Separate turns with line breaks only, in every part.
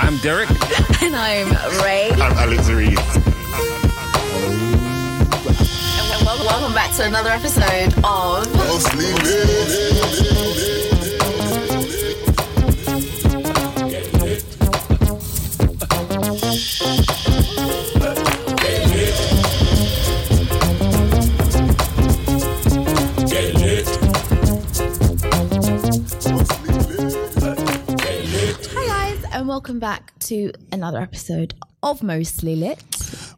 I'm Derek.
And I'm Ray.
I'm Alex Reed.
And wel- welcome back to another episode of.
Hi guys, and welcome back to another episode of Mostly Lit.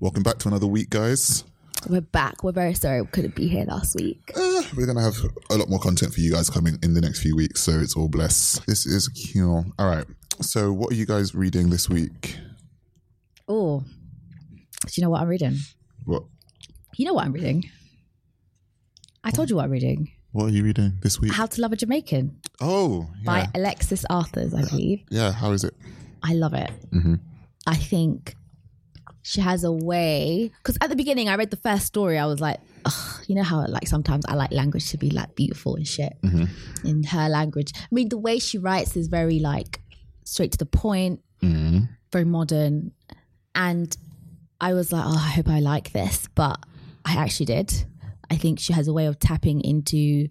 Welcome back to another week, guys.
We're back. We're very sorry we couldn't be here last week.
Eh, we're gonna have a lot more content for you guys coming in the next few weeks, so it's all bless. This is Q. All right. So, what are you guys reading this week?
Oh, do you know what I'm reading?
What
You know what I'm reading. I told you what I'm reading.
What are you reading this week?
How to Love a Jamaican
oh, yeah.
by Alexis Arthurs, I believe.
yeah. How is it?
I love it. I think she has a way because at the beginning I read the first story, I was like, Ugh, you know how like sometimes I like language to be like beautiful and shit. In her language, I mean the way she writes is very like straight to the point, very modern, and I was like, oh, I hope I like this, but I actually did. I think she has a way of tapping into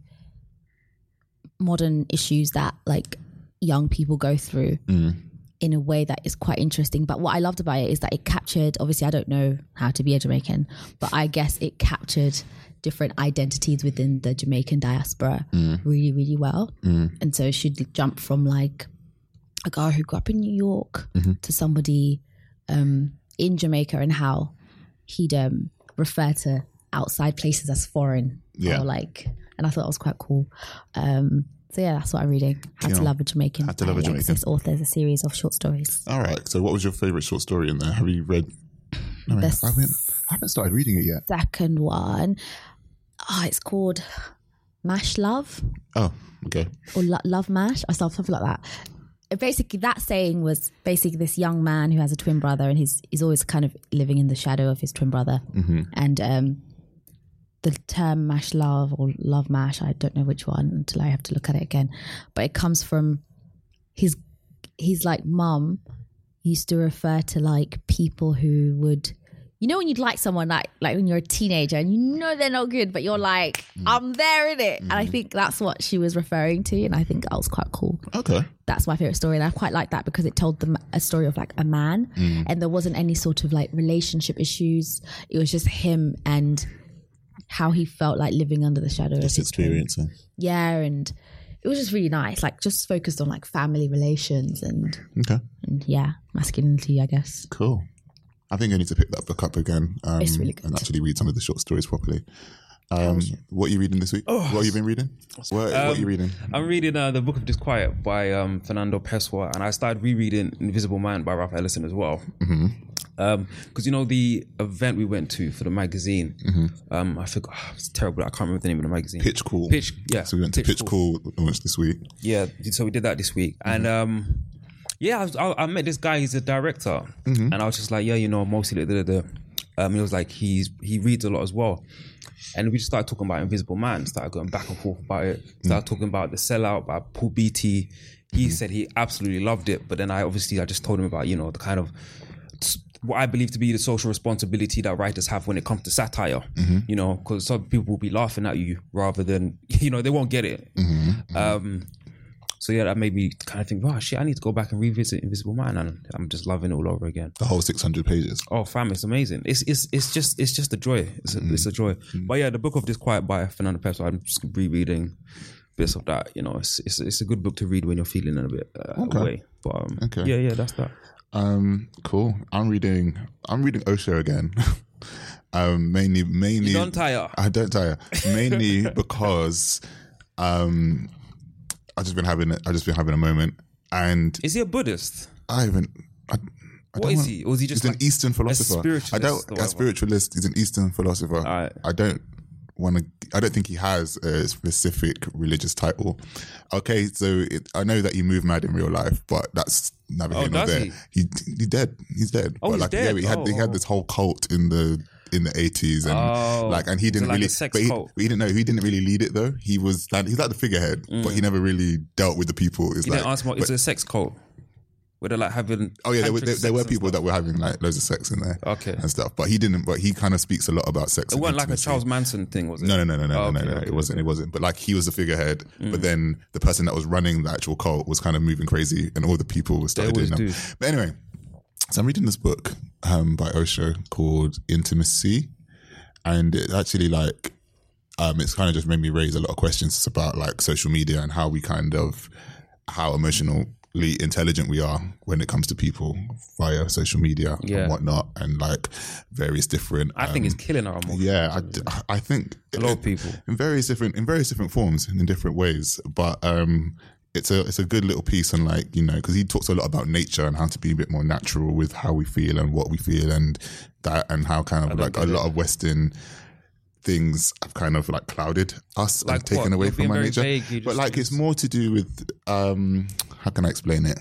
modern issues that like young people go through in a way that is quite interesting. But what I loved about it is that it captured, obviously, I don't know how to be a Jamaican, but I guess it captured different identities within the Jamaican diaspora
Mm.
really, really well. And so she'd jump from like a girl who grew up in New York
Mm-hmm.
to somebody um, in Jamaica and how he'd um, refer to outside places as foreign.
Yeah.
Or like, and I thought that was quite cool. Um, so yeah, that's what I'm reading. How to
Yeah.
love a Jamaican.
How to Love a
by Alexis
Jamaican.
authors a series of short stories.
All right. So, what was your favorite short story in there? Have you read? No, I,
This-
haven't, I haven't started reading it yet.
Second one, oh, it's called Mash Love
Oh, okay.
or Lo- Love Mash or some- something like that. Uh, Basically, that saying was basically this young man who has a twin brother and he's, he's always kind of living in the shadow of his twin brother. And um, the term mash love or love mash, I don't know which one until I have to look at it again, but it comes from his, his like mum used to refer to like people who would you know when you'd like someone like like when you're a teenager and you know they're not good but you're like I'm there in it and I think that's what she was referring to and I think that was quite cool
Okay.
that's my favorite story and I quite like that because it told them a story of like a man and there wasn't any sort of like relationship issues it was just him and how he felt like living under the shadow of his twin
experiencing.
yeah and it was just really nice like just focused on like family relations and
Okay.
and yeah, masculinity, I guess.
Cool. I think I need to pick that book up again um,
It's really good.
and actually read some of the short stories properly. Um, what are you reading this week?
Oh,
What have you been reading? What, what
um,
are you reading?
I'm reading uh, the Book of Disquiet by um, Fernando Pessoa, and I started rereading Invisible Man by Ralph Ellison as well. Because you know the event we went to for the magazine, um, I forgot it's terrible. I can't remember the name of the magazine.
Pitch Call.
Pitch. Yeah.
So we went to Pitch Call launch this week.
Yeah, so we did that this week, and um, yeah, I, was, I, I met this guy. He's a director, and I was just like, yeah, you know, mostly da, da, da. Um, he was like, he's he reads a lot as well, and we just started talking about Invisible Man. Started going back and forth about it. Started talking about the sellout by Paul Beatty. He said he absolutely loved it, but then I obviously I just told him about you know the kind of what I believe to be the social responsibility that writers have when it comes to satire. You know, because some people will be laughing at you rather than you know they won't get it. Um, so yeah, that made me kind of think, wow, shit, I need to go back and revisit Invisible Man, and I'm just loving it all over again.
The whole 600 pages.
Oh, fam, it's amazing. It's it's it's just it's just a joy. It's a,
Mm.
it's a joy. But yeah, the book of Disquiet by Fernando Pessoa. I'm just rereading bits of that. You know, it's it's, it's a good book to read when you're feeling in a bit uh, away. But um,
Okay.
yeah, yeah, that's that.
Um, cool. I'm reading. I'm reading Osho again. um, mainly, mainly.
don't tire.
I don't tire. Mainly because, um, I just been having. I just been having a moment, and
Is he a Buddhist?
I haven't. I, I
What
don't
is
want-
he? Or is he just
he's
like
an Eastern philosopher?
spiritualist
I don't.
or
A
whatever?
spiritualist. He's an Eastern philosopher.
Alright.
I don't want to. I don't think he has a specific religious title. Okay, so it, I know that he moved mad in real life, but that's neither
Oh,
here nor
does
there. He? he dead. He's dead.
Oh,
but
he's
like,
dead.
Yeah, he had he
Oh.
had this whole cult in the in the eighties and
Oh.
like and he
Was it
didn't
like
really
a sex
but he,
cult?
but he didn't know he didn't really lead it though. He was that he's like the figurehead, but he never really dealt with the people. It's
Mm. He
like
didn't ask what.
but-
It's a sex cult. Where they're like having.
Oh yeah, there were, there,
tantric
there
sex
were
and
people
stuff.
that were having like loads of sex in there,
Okay.
and stuff. But he didn't. But he kind of speaks a lot about sex.
It
and
wasn't like a
intimacy.
Charles Manson thing, was it?
No, no, no, no, no,
Oh,
no,
okay,
no, no.
okay, Mm.
It wasn't. It wasn't. But like he was the figurehead, but then the person that was running the actual cult was kind of moving crazy, and all the people started
always
doing them.
do.
But anyway, so I'm reading this book um, by Osho called Intimacy, and it actually like um, it's kind of just made me raise a lot of questions about like social media and how we kind of how emotionally intelligent we are when it comes to people via social media
Yeah.
and whatnot, and like various different.
I think
um,
it's killing our emotions.
yeah, I d- I, think
A lot of people.
in various different in various different forms and in different ways. But um, it's a it's a good little piece on like you know because he talks a lot about nature and how to be a bit more natural with how we feel and what we feel and that and how kind of like a lot of Western things have kind of like clouded us
Like
and taken
what?
away
You're
from
being
our
very
nature.
vague, you
but
just-
like it's more to do with um, how can I explain it?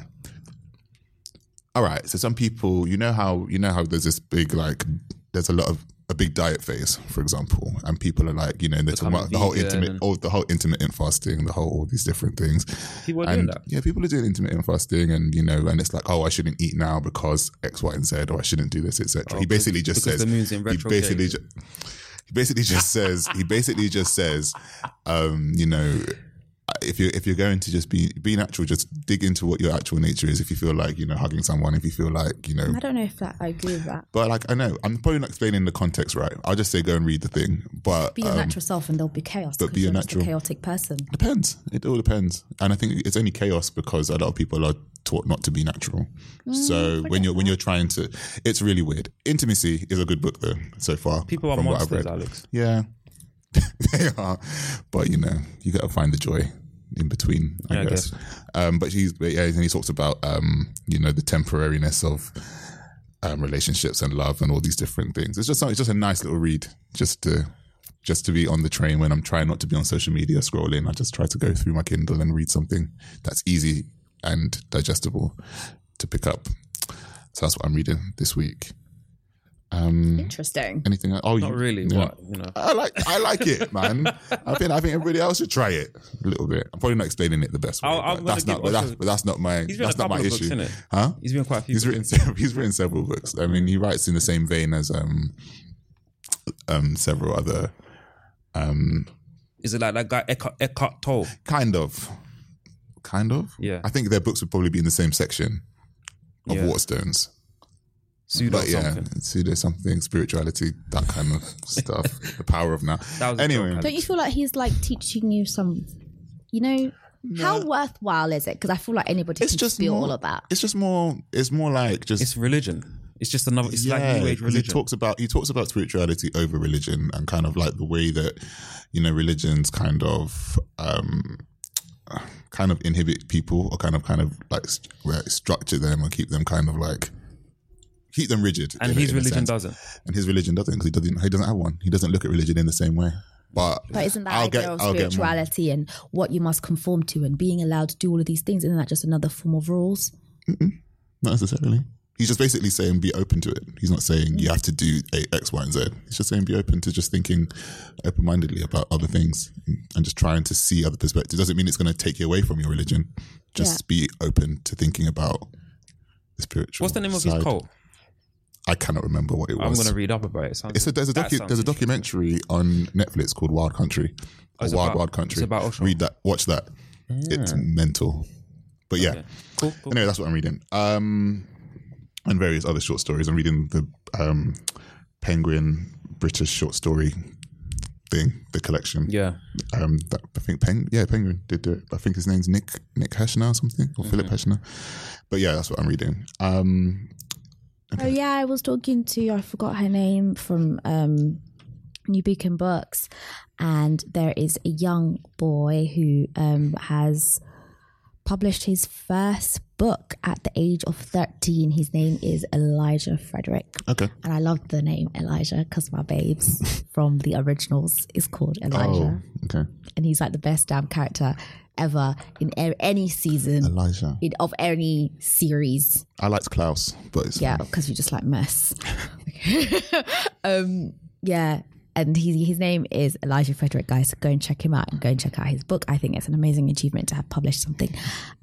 all right so some people you know how you know how there's this big like there's a lot of a big diet phase for example and people are like you know they're talking
Becoming
about the whole
vegan
intimate
and-
or the whole intermittent fasting the whole all these different things
People are
and
doing that.
yeah people are doing intermittent fasting and you know and it's like oh i shouldn't eat now because x y and z or i shouldn't do this etc he basically just
Oh,
says
because the moon's in
he
retrograde.
basically ju- he basically just says he basically just says um you know if you're if you're going to just be be natural, just dig into what your actual nature is. If you feel like you know hugging someone, if you feel like you know,
I don't know if that I agree with that.
but like I know I'm probably not explaining the context right. I'll just say go and read the thing, but
Be your natural self, and there'll be chaos.
Um, but
because
be your
you're just
natural-
a chaotic person.
depends. It all depends, and I think it's only chaos because a lot of people are taught not to be natural. so when you're when you're trying to, it's really weird. Intimacy is a good book though so far.
People are
from what I've
monsters,
read.
Alex.
Yeah, they are. But you know, you got to find the joy in between, I
Yeah, I
guess. Um, but he's but yeah, and he talks about um, you know the temporariness of um, relationships and love and all these different things. It's just some- it's just a nice little read, just to just to be on the train when I'm trying not to be on social media scrolling. I just try to go through my Kindle and read something that's easy and digestible to pick up. So that's what I'm reading this week.
Interesting.
Anything? else? Oh,
Not
you-
really.
yeah.
What you know?
I like I like it, man. I think I think everybody else should try it a little bit. I'm probably not explaining it the best way.
I'll- I'm
but
gonna
that's
give
not but that's,
Osho-
but that's not my
He's written
that's
a
not
couple
my
of books,
issue.
innit?
Huh?
He's been quite a few.
He's written several, he's written several books. I mean, he writes in the same vein as um um several other um
Is it like that guy Eckhart, Eckhart Tolle?
kind of kind of
Yeah.
I think their books would probably be in the same section of
Yeah.
Waterstones.
Pseudo
But yeah,
something.
pseudo something, spirituality, that kind of stuff. the power of now.
That was a
anyway,
joke,
Don't you feel like he's like teaching you some, you know, how worthwhile is it? Because I feel like anybody
it's
can
just
feel
more,
all of that.
It's just more. It's more like just.
It's religion. It's just another. It's like new
'cause
age
He
religion.
talks about he talks about spirituality over religion and kind of like the way that you know religions kind of um kind of inhibit people or kind of kind of like st- where it structure them or keep them kind of like keep them rigid.
and
in a-
his
in a
religion
sense.
doesn't.
And his religion doesn't because he doesn't he doesn't have one. He doesn't look at religion in the same way. But
But isn't that
I'll
idea
get-
of
I'll get more.
spirituality and what you must conform to and being allowed to do all of these things? Isn't that just another form of rules?
Not necessarily. He's just basically saying be open to it. He's not saying you have to do a X, Y, and Z. He's just saying be open to just thinking open mindedly about other things and just trying to see other perspectives. Doesn't mean it's going to take you away from your religion. Just be open to thinking about the spiritual.
What's the name of
side.
his cult?
I cannot remember what it
I'm
was.
gonna read up about it. Sounds-
It's a, there's a
that
docu-
sounds
there's a documentary
interesting.
on Netflix called Wild Country, or
Oh, it's
Wild
about-
Wild Country.
it's about Osho.
Read that, watch that. It's mental, but yeah.
Cool, cool.
Anyway, that's what I'm reading, um, and various other short stories. I'm reading the um, Penguin British short story thing, the collection.
Yeah,
Um, that, I think Peng, yeah, Penguin did do it. I think his name's Nick Nick Hashner or something, or Philip
Mm-hmm.
Hashner. But yeah, that's what I'm reading. Um,
Oh yeah, I was talking to I forgot her name from um, New Beacon Books, and there is a young boy who um, has published his first book at the age of thirteen. His name is Elijah Frederick,
okay,
and I love the name Elijah because my babes from the originals is called
Oh.
Elijah,
okay,
and he's like the best damn character ever in a- any season
Elijah.
in, of any series.
I liked Klaus, but it's
Yeah, because you just like mess. um, yeah, and he, his name is Elijah Frederick, guys. So go and check him out and go and check out his book. I think it's an amazing achievement to have published something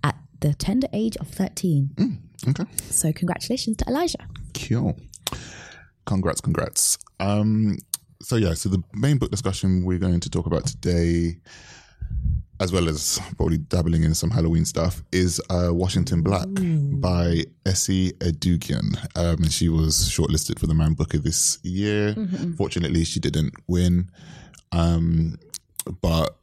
at the tender age of 13.
okay.
So, congratulations to Elijah.
Cool. Congrats, congrats. Um, so yeah, so the main book discussion we're going to talk about today, as well as probably dabbling in some Halloween stuff, is uh, Washington Black by Essie Edugian. Um, and she was shortlisted for the Man Booker this year. Fortunately, she didn't win. Um, but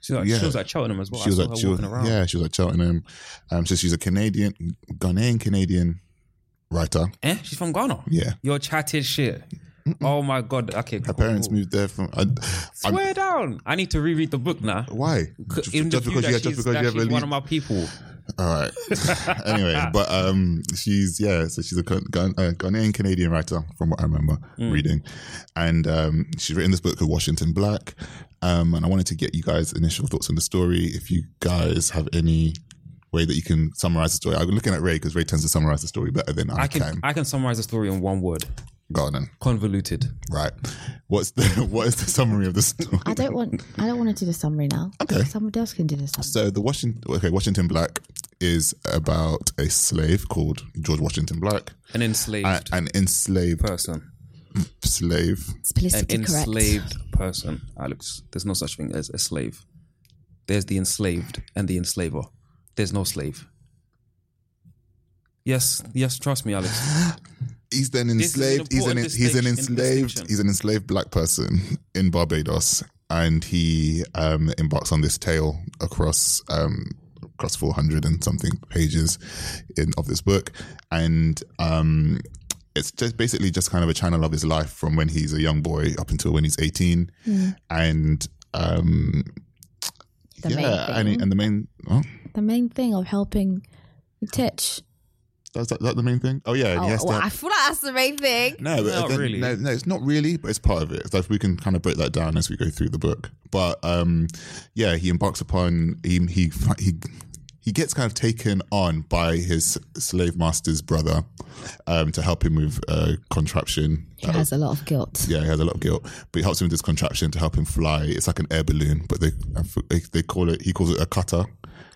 she was, at-
Yeah.
she was at Cheltenham as well.
she was
I saw
at
her
she was,
walking around.
yeah, she was at Cheltenham. Um, so she's a Canadian, Ghanaian Canadian writer.
Eh? She's from Ghana.
Yeah.
You're chatted shit. Oh my god. Okay.
Her parents
Oh.
moved there from. I, I'm-
Swear down. I need to reread the book now.
Why?
Just,
Just,
in the
just
view
because
that
you
she's,
just because you
that
have a
she's one
lead.
of my people.
All right. anyway, but um, she's yeah. So she's a Ghan- Ghan- uh, Ghanaian Canadian writer, from what I remember
Mm.
reading, and um, she's written this book called Washington Black. Um, and I wanted to get you guys' initial thoughts on the story. If you guys have any way that you can summarize the story, I'm looking at Ray because Ray tends to summarize the story better than I,
I
can.
can I can summarize the story in one word.
Go on then.
Convoluted.
Right. What's the what is the summary of the story?
I don't want I don't want to do the summary now. Okay. Someone else can do the summary.
So the Washington, okay, Washington Black is about a slave called George Washington Black,
An enslaved
a- an enslaved
person.
slave.
It's
An
politically correct.
enslaved person, Alex. There's no such thing as a slave. There's the enslaved and the enslaver. There's no slave. Yes, yes, trust me, Alex.
He's then
is an
enslaved. he's an
important
he's an
distinction-
enslaved.
distinction.
He's an enslaved black person in Barbados, and he um, embarks on this tale across um, across four hundred and something pages in of this book, and um, it's just basically just kind of a channel of his life from when he's a young boy up until when he's eighteen, and um,
Mm. The main
yeah, and,
thing.
and the main. Oh,
The main thing of helping Titch.
that's that, that the main thing. Oh yeah, and
Oh,
he has to
well,
have-
I feel like that's the main thing.
No, but uh,
Not
then-
really.
No, no, it's not really, but it's part of it. So if we can kind of break that down as we go through the book. But um, yeah, he embarks upon he he he he gets kind of taken on by his slave master's brother um, to help him with a contraption.
Who has a lot of guilt.
Yeah, he has a lot of guilt, but he helps him with this contraption to help him fly. It's like an air balloon, but they they call it he calls it a cutter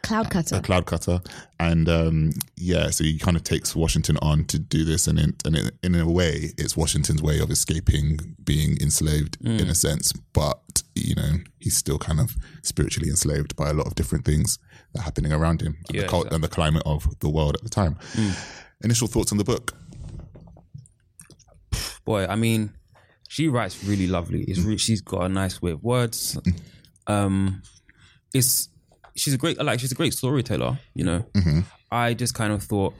Cloud cutter.
a cloud cutter, and um, yeah, so he kind of takes Washington on to do this, and in, and in, in a way, it's Washington's way of escaping being enslaved
Mm.
in a sense, but you know, he's still kind of spiritually enslaved by a lot of different things that are happening around him, and, the,
Yeah, Mm.
cult, and the climate of the world at the time. Initial thoughts on the book?
Boy, I mean, she writes really lovely. It's re- she's got a nice way of words. Um, it's she's a great like she's a great storyteller. You know, I just kind of thought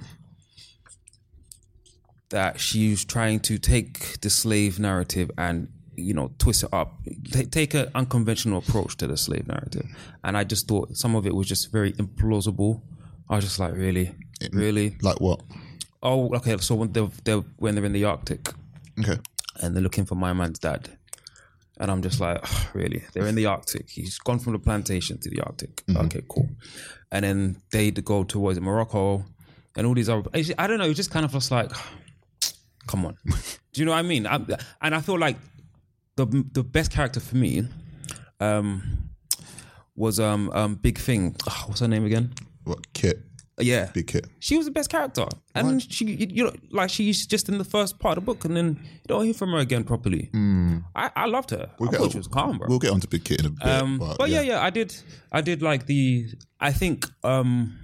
that she was trying to take the slave narrative and you know twist it up, ta- take an unconventional approach to the slave narrative, and I just thought some of it was just very implausible. I was just like, really, really.
Like what?
Oh, okay. So when they're, they're when they're in the Arctic,
Okay,
and they're looking for my man's dad. And I'm just like, "Ugh, really? They're in the Arctic. He's gone from the plantation to the Arctic. Okay, cool. And then they d- go towards Morocco and all these other. it's- I don't know. It's just kind of just like, come on. Do you know what I mean? I, and I feel like the the best character for me um, was um, um, Big Thing. Ugh, what's her name again?
what Kit?
Yeah.
Big hit.
She was the best character, and she, you, you know, like she's just in the first part of the book, and then you don't hear from her again properly. I, I loved her. I thought she was calm, bro.
Hmm. We'll get onto Big Kit in a bit.
Um,
but,
but, yeah. yeah, I did. I did like the. I think um,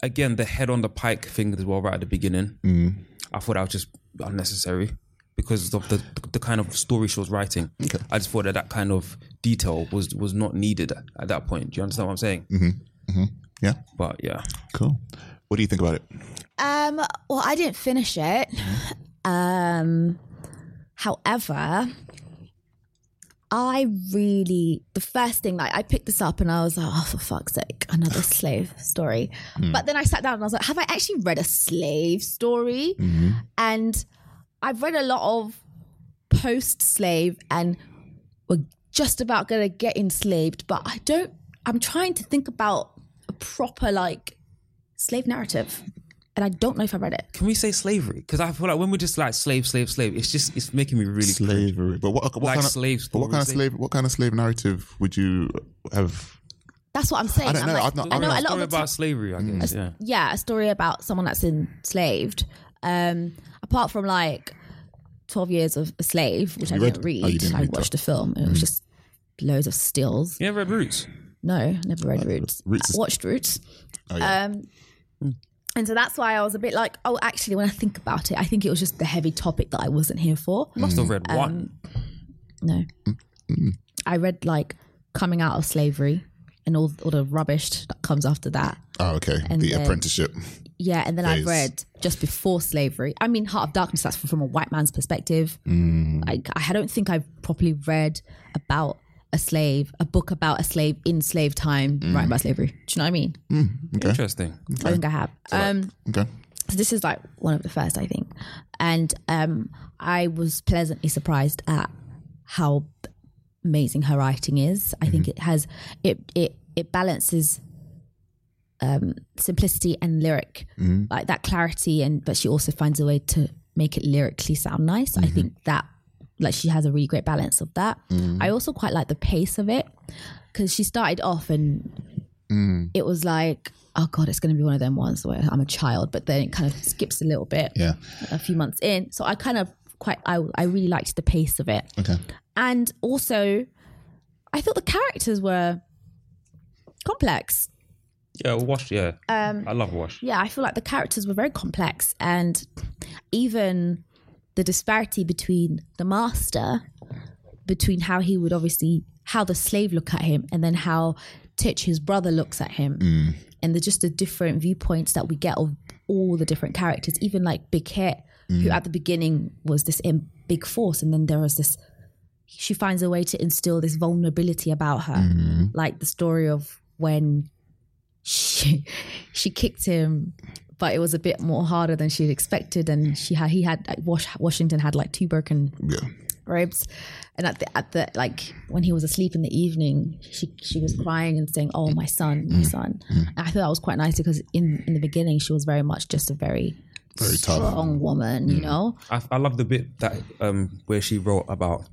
again the head on the pike thing as well right at the beginning.
Hmm.
I thought that was just unnecessary because of the the kind of story she was writing. I just thought that that kind of detail was was not needed at that point. Do you understand what I'm saying?
Mm-hmm. yeah.
But yeah,
Cool. What do you think about it?
Um, well, I didn't finish it. Um, however, I really the first thing like I picked this up and I was like, oh for fuck's sake, another slave story. But then I sat down and I was like, have I actually read a slave story? And I've read a lot of post-slave and we're just about gonna get enslaved, but I don't. I'm trying to think about a proper like slave narrative, and I don't know if I read it.
can we say slavery? Because I feel like when we're just like slave, slave, slave, it's just it's making me really
Slavery. But what, what
Like
kind of
slave
But what kind of
stories, eh?
slave? What kind of slave narrative would you have?
That's what I'm saying.
I don't
I'm
know.
like-
I've not-
I
I've
know
not-
a lot
Story
of the
about slavery, I guess. Yeah.
yeah, a story about someone that's enslaved. Um, apart from like Twelve Years of a Slave, which I
read-
didn't read,
oh, you didn't
I
read Mm.
watched the film, and it was just loads of stills.
You ever read Roots?
No, I never read Roots.
Roots is-
watched Roots.
Oh, yeah.
Um,
Hmm.
and so that's why I was a bit like, oh, actually, when I think about it, I think it was just the heavy topic that I wasn't here for.
Mm.
Must have read
Um,
one.
No, I read like coming out of slavery and all all the rubbish that comes after that.
Oh, okay.
and
The
then-
apprenticeship.
Yeah, and then
Phase.
I read just before slavery. I mean, Heart of Darkness. That's from a white man's perspective. Like, I don't think I've properly read about a slave, a book about a slave in slave time, right about slavery. Do you know what I mean?
Interesting.
I think I have. um,
Okay.
so this is like one of the first i think and um i was pleasantly surprised at how amazing her writing is i think it has it it it balances um simplicity and lyric like that clarity and but she also finds a way to make it lyrically sound nice i think that like she has a really great balance of that i also quite like the pace of it because she started off and it was like, oh god, it's going to be one of them ones where I'm a child, but then it kind of skips a little bit
Yeah.
a few months in. So I kind of quite, I, I really liked the pace of it.
Okay.
And also, I thought the characters were complex.
Yeah, Wash. Yeah,
Um,
I love Wash.
Yeah, I feel like the characters were very complex. And even the disparity between the master, between how he would obviously, how the slave look at him, and then how Titch, his brother, looks at him. and the just the different viewpoints that we get of all the different characters, even like Big Hit, who at the beginning was this in big force, and then there was this. She finds a way to instill this vulnerability about her, like the story of when she she kicked him, but it was a bit more harder than she'd expected, and she had he had like Wash, Washington had like two broken
Yeah.
robes. And at the at the like when he was asleep in the evening, she she was crying and saying, "Oh, my son,
Mm.
my son." And I thought that was quite nice because in in the beginning she was very much just a very
Very tough. Mm.
strong woman, you know.
I, I love the bit that um where she wrote about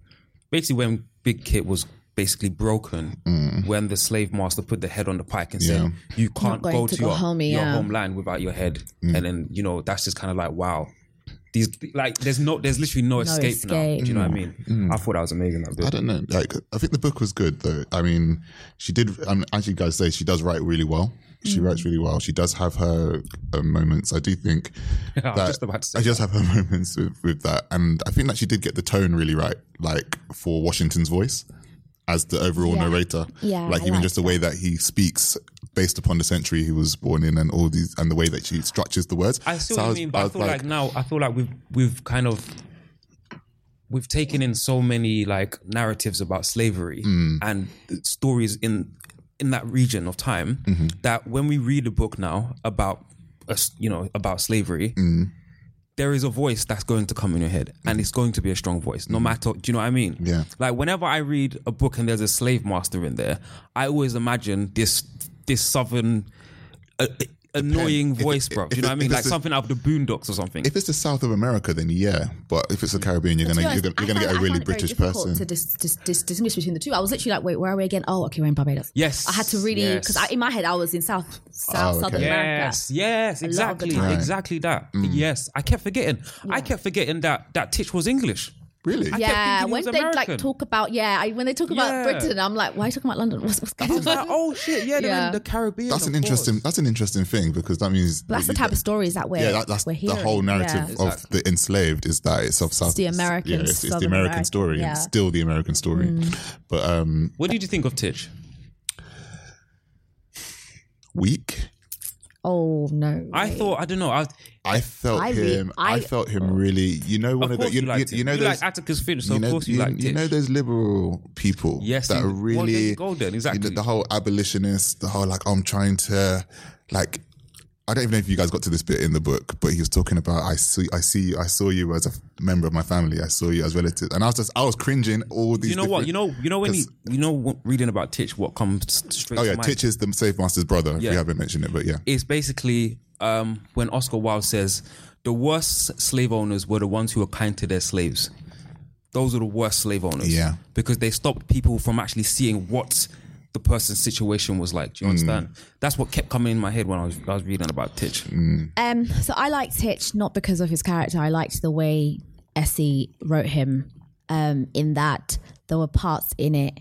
basically when Big Kit was basically broken
Mm.
when the slave master put the head on the pike and said you can't
going
go
to
to,
go
your,
home,
your
yeah.
homeland without your head
Mm.
and then you know that's just kind of like wow these like there's no there's literally no, escape, now
escape.
do you know what I mean I thought that was amazing that bit
Mm. I don't know. Like, I think the book was good though. I mean, she did. I mean, as you guys say, she does write really well. She
Mm.
writes really well. She does have her uh, moments. I do think
I was
that-
just about to say
I just have her moments with, with that, and I think that she did get the tone really right, like for Washington's voice as the overall narrator.
Yeah,
like
I
even
like
just the way that he speaks based upon the century he was born in, and all these, and the way that she structures the words.
I see
So
what you
was-
mean, but I,
was
feel like, now I feel like we've we've kind of we've taken in so many like narratives about slavery
Mm.
and stories in in that region of time
Mm-hmm.
that when we read a book now about us, you know, about slavery.
Mm.
There is a voice that's going to come in your head, and it's going to be a strong voice, no matter. Do you know what I mean?
Mm. Yeah.
Like whenever I read a book and there's a slave master in there, I always imagine this this southern uh, annoying voice,
it-
bro. Do
if
you know
it-
what I mean?
if
Like
it's a-
something out of the Boondocks or something.
If it's the south of America, then yeah. But if it's the Caribbean, you're gonna
To be
you're
honest,
gonna, you're
I
gonna
find-
get a
I
really
find it very
British
difficult
person.
to dis- dis- dis- distinguish between the two. I was literally like, wait, where are we again? Oh, okay, we're in Barbados.
Yes,
I had to really
yes.
because in my head I was in South South
Oh,
Southern
okay.
America.
Yes, yes,
A lot of the
exactly,
time.
exactly that.
Mm.
Yes, I kept forgetting. I kept forgetting that that Titch was English.
really?
I kept
Yeah,
thinking he
when
was
they
American.
like talk about yeah, I, when they talk
Yeah.
about Britain, I'm like, why are you talking about London? What's, what's
I was
going on?
like, oh shit, yeah, they're
Yeah.
in the Caribbean.
That's an
of course.
interesting. That's an interesting thing because that means
But that's the
you-
type of stories that we're
yeah, that, that's
we're
the
hearing.
whole narrative
Yeah.
of the enslaved is that it's of South.
the American
yeah, it's, it's the
Southern
American
America,
story. and It's
yeah. Mm.
still the American story. But um,
What did you think of Titch?
weak.
Oh no,
I thought I don't know. I,
I felt
I re-
him. I,
I-
felt him really. You know, one
of
of,
course
the you,
you, liked
you,
him.
you know
you
those
like Atticus Finch, so
you
of
know,
course you, liked
you
Titch.
know those liberal people
Yes,
that
you-
are
well, there
really
you go then, exactly.
the whole abolitionist, the whole like I'm trying to like I don't even know if you guys got to this bit in the book, but he was talking about I see I see you I saw you as a f- member of my family, I saw you as relative. And I was just I was cringing all these
you know what?
different-
You know, you know when you,
'cause-
you know what- reading about Titch, what comes straight.
Oh yeah,
to mind?
Titch is the Safe Master's brother, if
Yeah.
you haven't mentioned it, but yeah.
is basically um, when Oscar Wilde says the worst slave owners were the ones who were kind to their slaves. Those are the worst slave owners.
Yeah.
Because they stopped people from actually seeing what the person's situation was like. Do you understand?
Mm.
That's what kept coming in my head when I was, I was reading about Titch.
Um, so I liked Hitch not because of his character. I liked the way Essie wrote him. Um, in that there were parts in it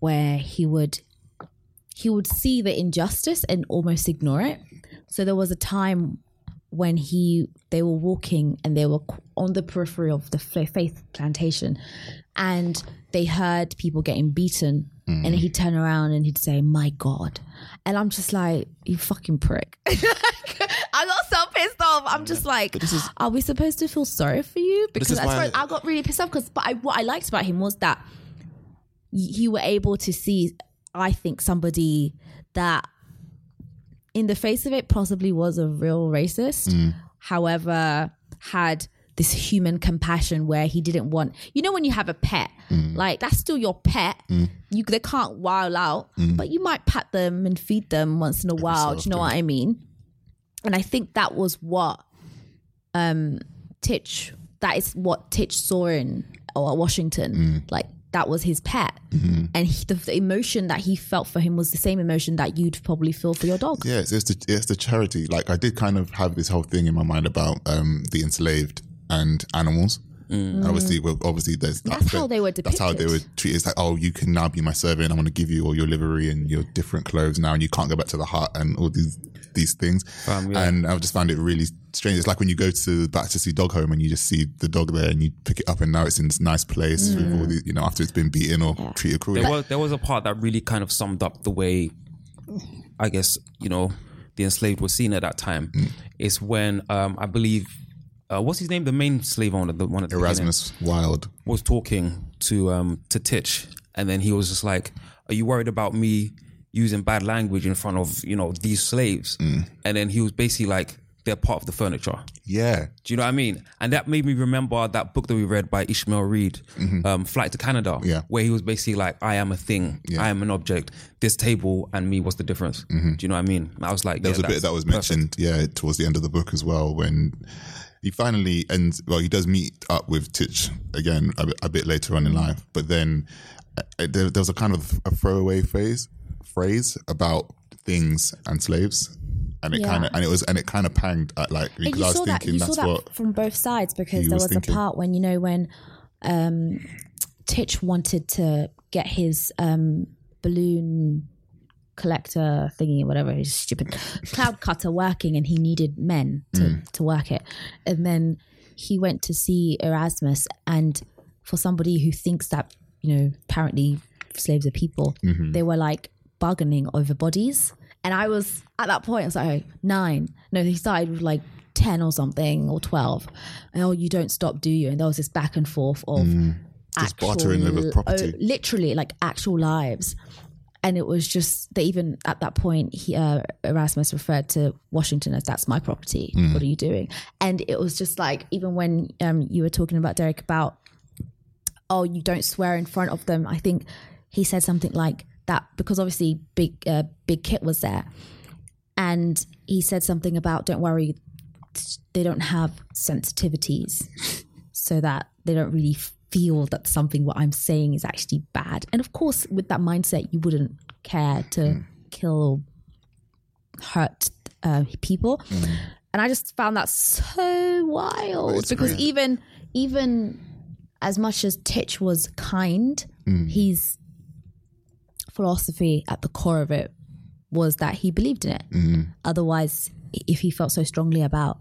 where he would he would see the injustice and almost ignore it. So there was a time when he they were walking and they were qu- on the periphery of the fa- faith plantation, and they heard people getting beaten. And he'd turn around and he'd say, "My God," and I'm just like, "You fucking prick." I got so pissed off. I'm just like, are we supposed to feel sorry for you? Because
is
I,
why-
suppose I got really pissed off because, but I, what I liked about him was that y- you were able to see, I think, somebody that in the face of it possibly was a real racist. However, had this human compassion where he didn't want, you know, when you have a pet, like that's still your pet. You they can't wild out, but you might pat them and feed them once in a while. do you know what I mean? And I think that was what um, Titch. That is what Titch saw in or Washington. Like that was his pet, and he, the, the emotion that he felt for him was the same emotion that you'd probably feel for your dog.
Yeah, it's, it's, the, it's the charity. Like I did kind of have this whole thing in my mind about um, the enslaved and animals. And Obviously, well, obviously, there's
That's how they were
That's how they were
depicted.
treated. It's like, oh, you can now be my servant. I'm going to give you all your livery and your different clothes now, and you can't go back to the hut and all these these things. And I've just found it really strange. It's like when you go to back to see dog home and you just see the dog there and you pick it up, and now it's in this nice place.
Mm.
With all the, you know, after it's been beaten or treated cruelly.
There was there was a part that really kind of summed up the way, I guess you know, the enslaved were seen at that time.
Mm.
Is when um, I believe, uh, what's his name, the main slave owner, the one at the beginning?
Erasmus Wilde.
was talking to um to Titch, and then he was just like, "Are you worried about me using bad language in front of you know these slaves?"
Mm.
And then he was basically like, "They're part of the furniture."
Yeah,
Do you know what I mean? And that made me remember that book that we read by Ishmael Reed, um, Flight to Canada,
Mm-hmm. Yeah.
where he was basically like, I am a thing, I am an object. This table and me, what's the difference? Do you know what I mean? And I was like,
There was
yeah,
a bit Mm-hmm. that
that's
was
perfect.
mentioned, yeah, towards the end of the book as well, when he finally ends. Well, he does meet up with Titch again a, bit- a bit later
Mm-hmm.
on in life, but then uh, there, there was a kind of a throwaway phrase phrase about things and slaves, and it
Yeah.
kind of and it was and it kind of panged at like
And
because
you
I was
saw that
thinking
you saw
that's
that
what
from both sides because
he
there
was
was
thinking.
a part when you know when um, Titch wanted to get his um, balloon collector thingy, whatever, his stupid cloud cutter working, and he needed men to,
Hmm.
to work it. And then he went to see Erasmus, and for somebody who thinks that you know apparently slaves are people,
Mm-hmm.
they were like bargaining over bodies. And I was at that point, I was like, oh, nine. No, he started with like 10 or something or 12. And, oh, you don't stop, do you? And there was this back and forth of
Mm. Just bartering over
li-
property.
oh, literally, like actual lives. And it was just that even at that point, he, uh, Erasmus referred to Washington as "That's my property. What are you doing?" And it was just like even when um, you were talking about Derek about, oh, you don't swear in front of them. I think he said something like that because obviously big uh, big kit was there, and he said something about don't worry, they don't have sensitivities, so that they don't really feel that something what I'm saying is actually bad. And of course, with that mindset, you wouldn't care to kill or hurt uh, people.
Mm.
And I just found that so wild because even even as much as Titch was kind,
Mm.
his philosophy at the core of it was that he believed in it.
Mm-hmm.
Otherwise, i- if he felt so strongly about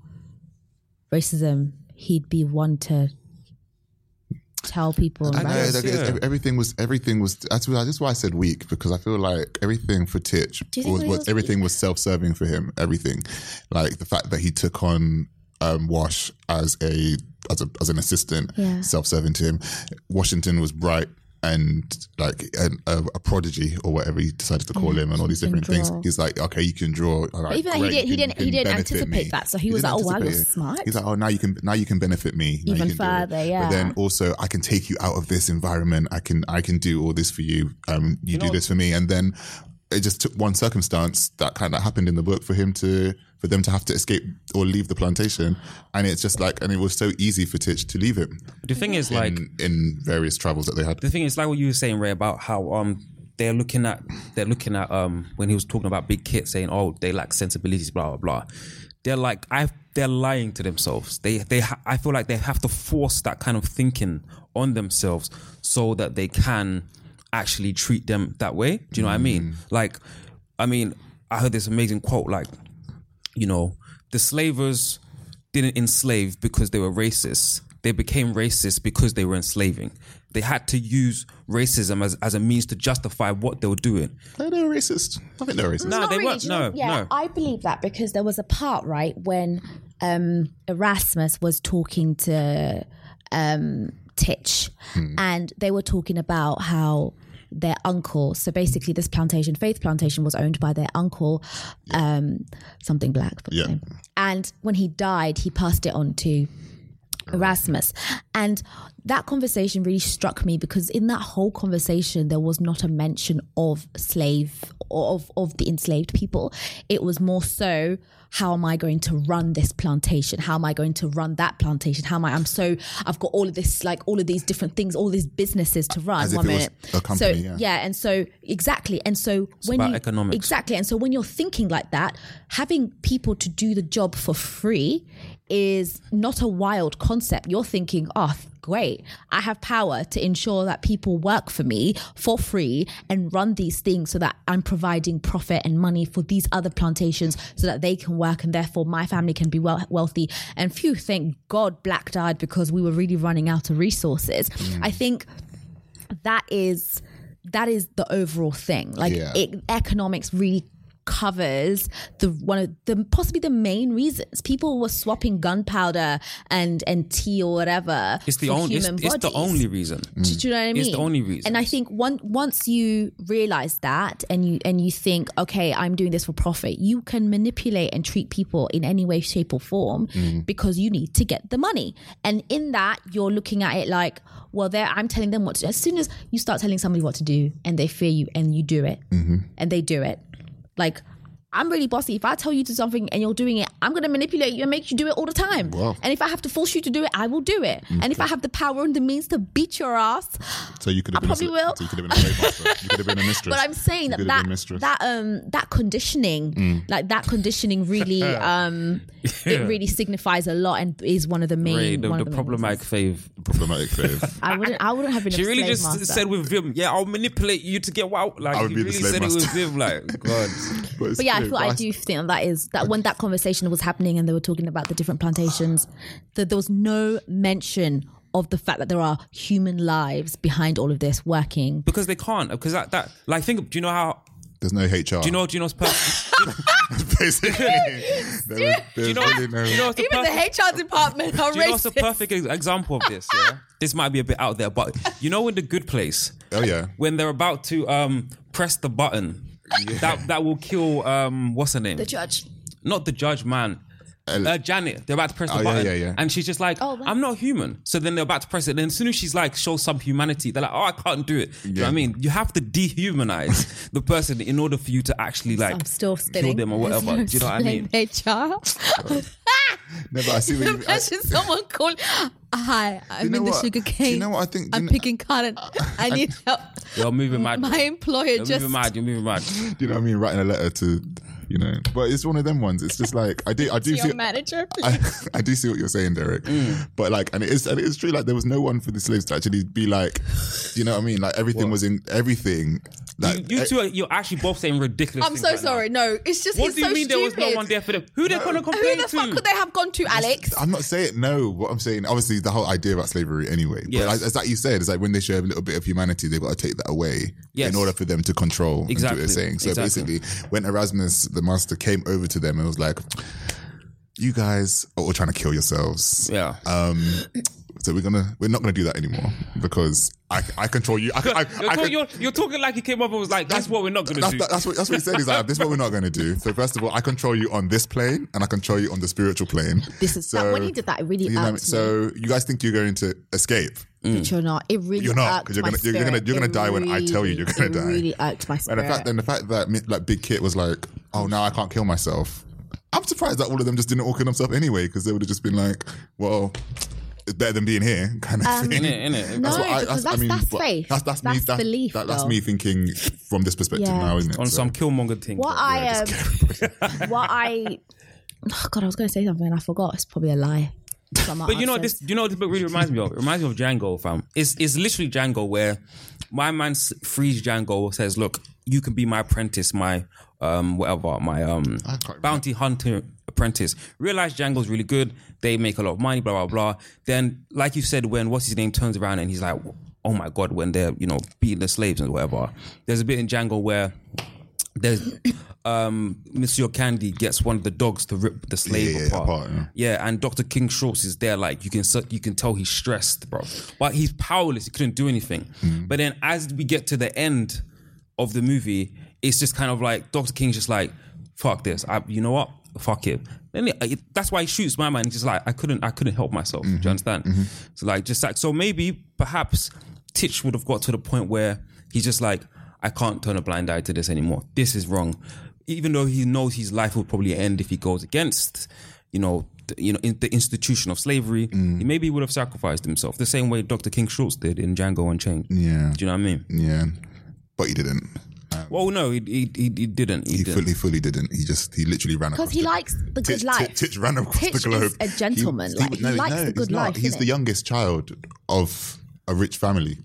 racism, he'd be one to tell people.
I know,
right?
that is- ev- everything was everything was. That's why that's why I said weak because I feel like everything for Titch
Do you think
was,
he
was
was
everything was self-serving for him. Everything, like the fact that he took on um, Wash as a as a as an assistant,
Yeah.
self-serving to him. Washington was bright and like an, a, a prodigy or whatever he decided to call him, and all these
He can
different things.
draw.
He's like, okay, you can draw. All right,
even though he
great,
didn't- he
you can-
didn't- he
you can
didn't
benefit
anticipate
me.
that, so he was
didn't
like, oh, wow, you're
anticipate it.
smart.
He's like, oh, now you can now you can benefit me now you
Even
can do it.
further, yeah.
But then also, I can take you out of this environment. I can I can do all this for you. Um, you, do this for me, and then it just took one circumstance that kind of happened in the book for him to for them to have to escape or leave the plantation, and it's just like and it was so easy for Titch to leave him
The thing is, like,
in, in various travels that they had.
the thing is, like what you were saying, Ray, about how um they're looking at they're looking at um when he was talking about Big Kit saying, oh, they lack sensibilities, blah blah blah. They're like I they're lying to themselves. They they ha- I feel like they have to force that kind of thinking on themselves so that they can actually treat them that way. Do you know what I mean? Like, I mean, I heard this amazing quote like, you know, the slavers didn't enslave because they were racist. They became racist because they were enslaving. They had to use racism as, as a means to justify what they were doing.
Oh, they were racist. I think they were racist.
No, they weren't.
Do you know-
No,
yeah,
no.
I believe that because there was a part right when um, Erasmus was talking to um, Titch,
Hmm.
and they were talking about how their uncle. So basically, this plantation, Faith Plantation, was owned by their uncle, um, something black. but-
Yeah.
And when he died, he passed it on to Erasmus. And that conversation really struck me because in that whole conversation, there was not a mention of slave or of, of the enslaved people. It was more so, how am I going to run this plantation? How am I going to run that plantation? How am I? I'm so, I've got all of this, like all of these different things, all these businesses to run.
As if
One
it was
minute.
a company,
so,
yeah.
And so, exactly. And so, when
about
you,
economics.
Exactly. And so, when you're thinking like that, having people to do the job for free is not a wild concept. You're thinking, oh, great. I have power to ensure that people work for me for free and run these things so that I'm providing profit and money for these other plantations so that they can work and therefore my family can be well- wealthy. And phew, thank God Black died because we were really running out of resources.
Mm.
I think that is that is the overall thing like
Yeah.
it, economics really covers the one of the possibly the main reasons people were swapping gunpowder and and tea or whatever
It's the
for
only it's,
human
it's the
bodies. Mm.
only reason.
Do, do you know what I mean?
It's the only reason.
And I think one, once you realize that, and you and you think, okay, I'm doing this for profit, you can manipulate and treat people in any way, shape, or form because you need to get the money. And in that, you're looking at it like, well, there, I'm telling them what to. do. As soon as you start telling somebody what to do, and they fear you, and you do it, and they do it, like. I'm really bossy. If I tell you to something and you're doing it, I'm gonna manipulate you and make you do it all the time. And if I have to force you to do it, I will do it. And if I have the power and the means to beat your ass,
So you could have
I
been a,
probably
sl-
will.
So you could have been a slave master. You could have been a mistress.
but I'm saying
You
that
could have
that,
been mistress.
that um that conditioning, like that conditioning, really um it really signifies a lot and is one of the main
Ray, the,
one
the
of main
problematic
reasons.
fave.
problematic fave.
I wouldn't. I wouldn't have been.
She
a
really
slave
just
master.
said with Vim, yeah, I'll manipulate you to get what like
I would
you
be the
really
slave
said it with
master.
Vim, like God.
But yeah, I feel I do think that is that when that conversation was happening and they were talking about the different plantations, that there was no mention of the fact that there are human lives behind all of this working.
Because they can't. Because that, that like think do you know how
There's no HR.
do you know do you know what's per- do you-
Basically, there was, there was
do you know,
really no.
do you know what's the
Even
perfect-
the HR department are
Do you know what's a perfect ex- example of this? Yeah, this might be a bit out there, but you know, in the Good Place,
Oh yeah.
when they're about to um, press the button, that that will kill um, what's her name?
judge.
Not the judge, man. uh, Janet, they're about to press the
Oh, yeah,
button,
yeah, yeah.
and she's just like,
Oh, wow.
"I'm not human." So then they're about to press it, and as soon as she's like, show some humanity, they're like, "Oh, I can't do it." Do you know what I mean? You have to dehumanize the person in order for you to actually like
I'm still
kill
spinning.
them or whatever. Do you know what I mean?
No, but I see what you mean. I-
Imagine someone call. Hi, I'm
know
in the
what?
sugar
Do you
cane.
know what I think- do
I'm
you know-
picking cotton. I need help.
You're moving mad.
My employer
You're
just
moving mad. You're moving mad.
you know what I mean? Writing a letter to, you know, but it's one of them ones. It's just like I do. I do.
your
feel,
manager.
I, I do see what you're saying, Derek.
Mm.
But like, and it is, and it is true. Like, there was no one for the slaves to actually be like, do you know what I mean? Like, everything was in everything. Like,
You
eh,
two, are, you're actually both saying ridiculous.
I'm
things
so
right now.
sorry. No, it's just
What
he's
do you
so
mean there
stupid.
was no one there for them? Who they gonna
Who
complain
the
to?
fuck could they have gone to, Alex?
I'm not saying no. What I'm saying, obviously, the whole idea about slavery, anyway.
Yes.
But like, as like you said, it's like when they show a little bit of humanity, they've got to take that away
Yes.
in order for them to control.
Exactly.
And do what they're saying. So
Exactly.
basically, when Erasmus the Master came over to them and was like, "You guys are all trying to kill yourselves."
Yeah.
Um, so we're gonna we're not gonna do that anymore because I I control you. I, I, I,
you're,
I
talking, you're, you're talking like he came up and was like, "That's what we're not gonna
that's,
do."
that's what that's what he said. He's like, this is what we're not going to do. So first of all, I control you on this plane, and I control you on the spiritual plane.
This is- that- when he did that, it really
You know what I
irked
mean?
me.
So you guys think you're going to escape?
But you're not. It really
You're not,
irked
'cause you're
my
gonna- you're- you're
spirit.
gonna- you're gonna
It
die when I tell
really-
you you're gonna die.
It really irked my
And
spirit.
the fact then the fact that like Big Kit was like, oh now I can't kill myself. I'm surprised that all of them just didn't all kill themselves anyway because they would have just been like, well, it's better than being here kind of thing.
Innit, innit?
No,
That's what I, that's,
because
I
Um, that's,
mean,
that's
but
faith.
That's that's, me. That's,
belief.
that- that's
though.
me thinking from this perspective
Yeah.
now, isn't it?
on
So-
some Killmonger thing.
What I um, what I, oh God, I was going to say something and I forgot. It's probably a lie.
But you know what this you know what this book really reminds me of? It reminds me of Django, fam. It's it's literally Django where my man s- frees Django, says, Look, you can be my apprentice, my um whatever, my um bounty hunter apprentice. Realize Django's really good, they make a lot of money, blah blah blah. Then, like you said, when what's his name turns around and he's like, Oh my god, when they're, you know, beating the slaves and whatever. There's a bit in Django where there's um Monsieur Candy gets one of the dogs to rip the slave
Yeah, yeah,
apart.
apart, yeah.
Yeah, and Dr. King Schultz is there. Like you can su- you can tell he's stressed, bro. But he's powerless. He couldn't do anything.
Mm.
But then as we get to the end of the movie, it's just kind of like Dr. King's just like, "Fuck this! I, you know what? Fuck it." Then it- it- that's why he shoots my man. He's just like, "I couldn't, I couldn't help myself."
Mm-hmm,
Do you understand? So like, just like, so maybe perhaps Titch would have got to the point where he's just like, "I can't turn a blind eye to this anymore. This is wrong." Even though he knows his life will probably end if he goes against you know, th- you know, in the institution of slavery,
Mm.
he maybe would have sacrificed himself the same way Dr. King Schultz did in Django Unchained.
Yeah.
Do you know what I mean?
Yeah, but he didn't.
Well, no, he he, he, he didn't. He,
He
didn't.
fully, fully didn't. He just he literally ran
because
across
he
the-
likes the good
Titch,
life.
Titch, Titch ran across
Titch
the globe.
is a gentleman.
He-
like, he
no,
likes
no,
the
he's
good
not.
life.
He's
innit?
the youngest child of a rich family.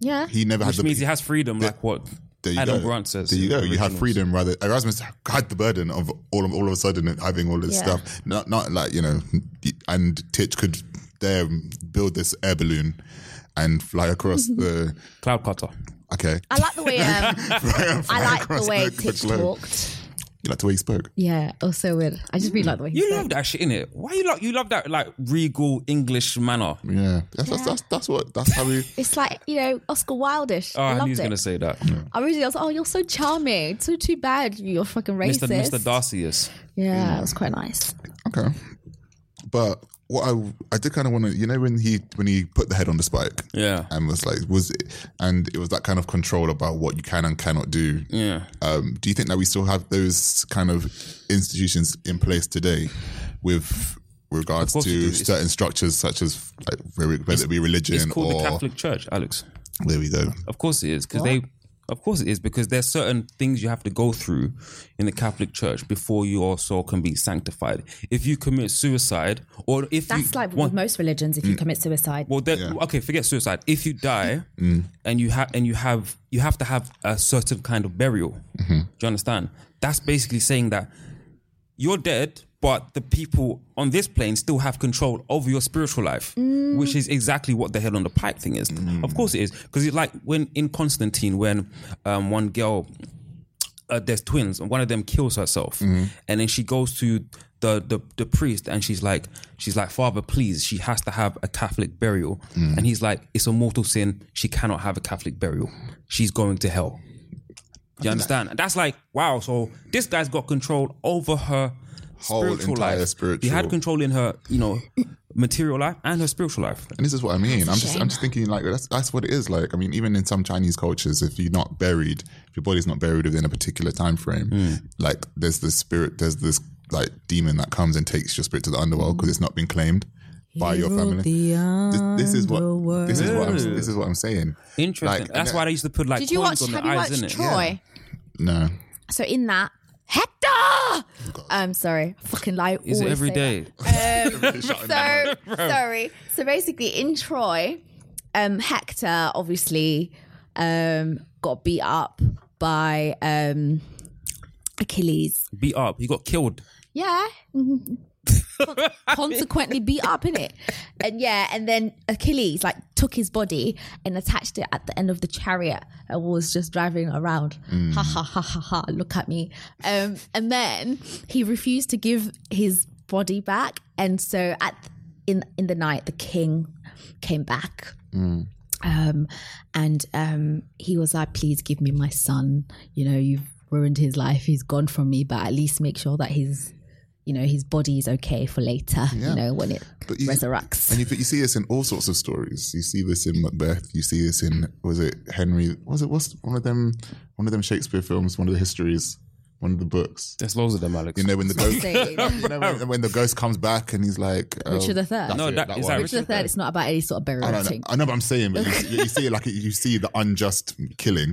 Yeah.
He never
Which
had the.
means he has freedom, like what
there you
Adam
go.
Grant says.
There you
in
go.
the
You have
originals.
freedom. Rather, Erasmus had the burden of all of all of a sudden having all this
Yeah.
stuff. Not not like you know, and Titch could there build this air balloon and fly across the.
Cloud cutter.
Okay,
I like the way um, I like the
across
way
the- the
Titch
globe.
talked.
you like the way he spoke.
Yeah, also weird. I just really like the way he
You
spoke.
love that shit, innit? Why you love you love that like regal English manner?
Yeah, that's That's, that's that's what that's how we.
It's like you know Oscar Wildish.
Oh,
I
I knew
loved
he was
it.
gonna say that.
Originally, I was like, "Oh, you're so charming. So too bad you're fucking
Mr.
racist."
Mr. Darcy is.
Yeah, it was quite nice.
Okay, but what I I did kind of want to, you know, when he when he put the head on the spike,
Yeah.
and was like, was it, and it was that kind of control about what you can and cannot do.
Yeah.
Um, do you think that we still have those kind of institutions in place today, with regards
course we
to
do. It's-
certain structures such as like, where- whether it be religion
It's called
or
the Catholic Church, Alex.
there we go.
Of course it is because they. Of course it is because there's certain things you have to go through in the Catholic Church before your soul can be sanctified. If you commit suicide, or if
That's
you, Mm.
like
one-
with most religions. If you commit suicide,
well, that, okay, forget suicide. If you die and you have and you have you have to have a certain kind of burial. Do you understand? That's basically saying that you're dead, but the people on this plane still have control over your spiritual life, which is exactly what the head on the pipe thing is. Of course, it is because it's like when in Constantine, when um, one girl uh, there's twins and one of them kills herself and then she goes to the, the the priest and she's like she's like father please she has to have a catholic burial and he's like it's a mortal sin she cannot have a catholic burial she's going to hell you understand that's like wow so this guy's got control over her
whole
spiritual
entire
life.
spiritual.
He had control in her, you know, material life and her spiritual life.
And this is what I mean. I'm just, I'm just thinking like that's that's what it is. Like I mean, even in some Chinese cultures, if you're not buried, if your body's not buried within a particular time frame,
Hmm.
like there's this spirit, there's this like demon that comes and takes your spirit to the underworld because it's not been claimed by your family. This, this is what this is what I'm, this is what I'm saying.
Interesting.
Like,
That's
and
why they used to put like
Did you watch?
coins on
Have
their
you
eyes,
watched
innit?
Troy?
No,
So in that, Hector. I'm sorry, fucking lie.
Oh, Is it every day?
So
Sorry. So basically, in Troy, um, Hector obviously um, got beat up by um, Achilles.
Beat up. He got killed.
Yeah.
consequently beat up in it, and yeah, and then Achilles like took his body and attached it at the end of the chariot and was just driving around. Ha ha ha ha ha! Look at me. Um, and then he refused to give his body back, and so at in in the night the king came back um, and um, he was like, "Please give me my son. You know, you've ruined his life. He's gone from me, but at least make sure that his, you know, his body is okay for later. You know, when it
But you-
resurrects."
and you, you see this in all sorts of stories. You see this in Macbeth. You see this in was it Henry? Was it what's one of them? One of them Shakespeare films. One of the histories. One of the books.
There's loads of them, Alex.
You know when the ghost, you know, when, when the ghost comes back and he's like um,
Richard the Third.
no,
it,
that,
that
is
one.
that
Richard the
Richard?
Third. It's not about any sort of
I,
burial
don't know,
thing.
I know what I'm saying, but you, see- you see like you see the unjust killing.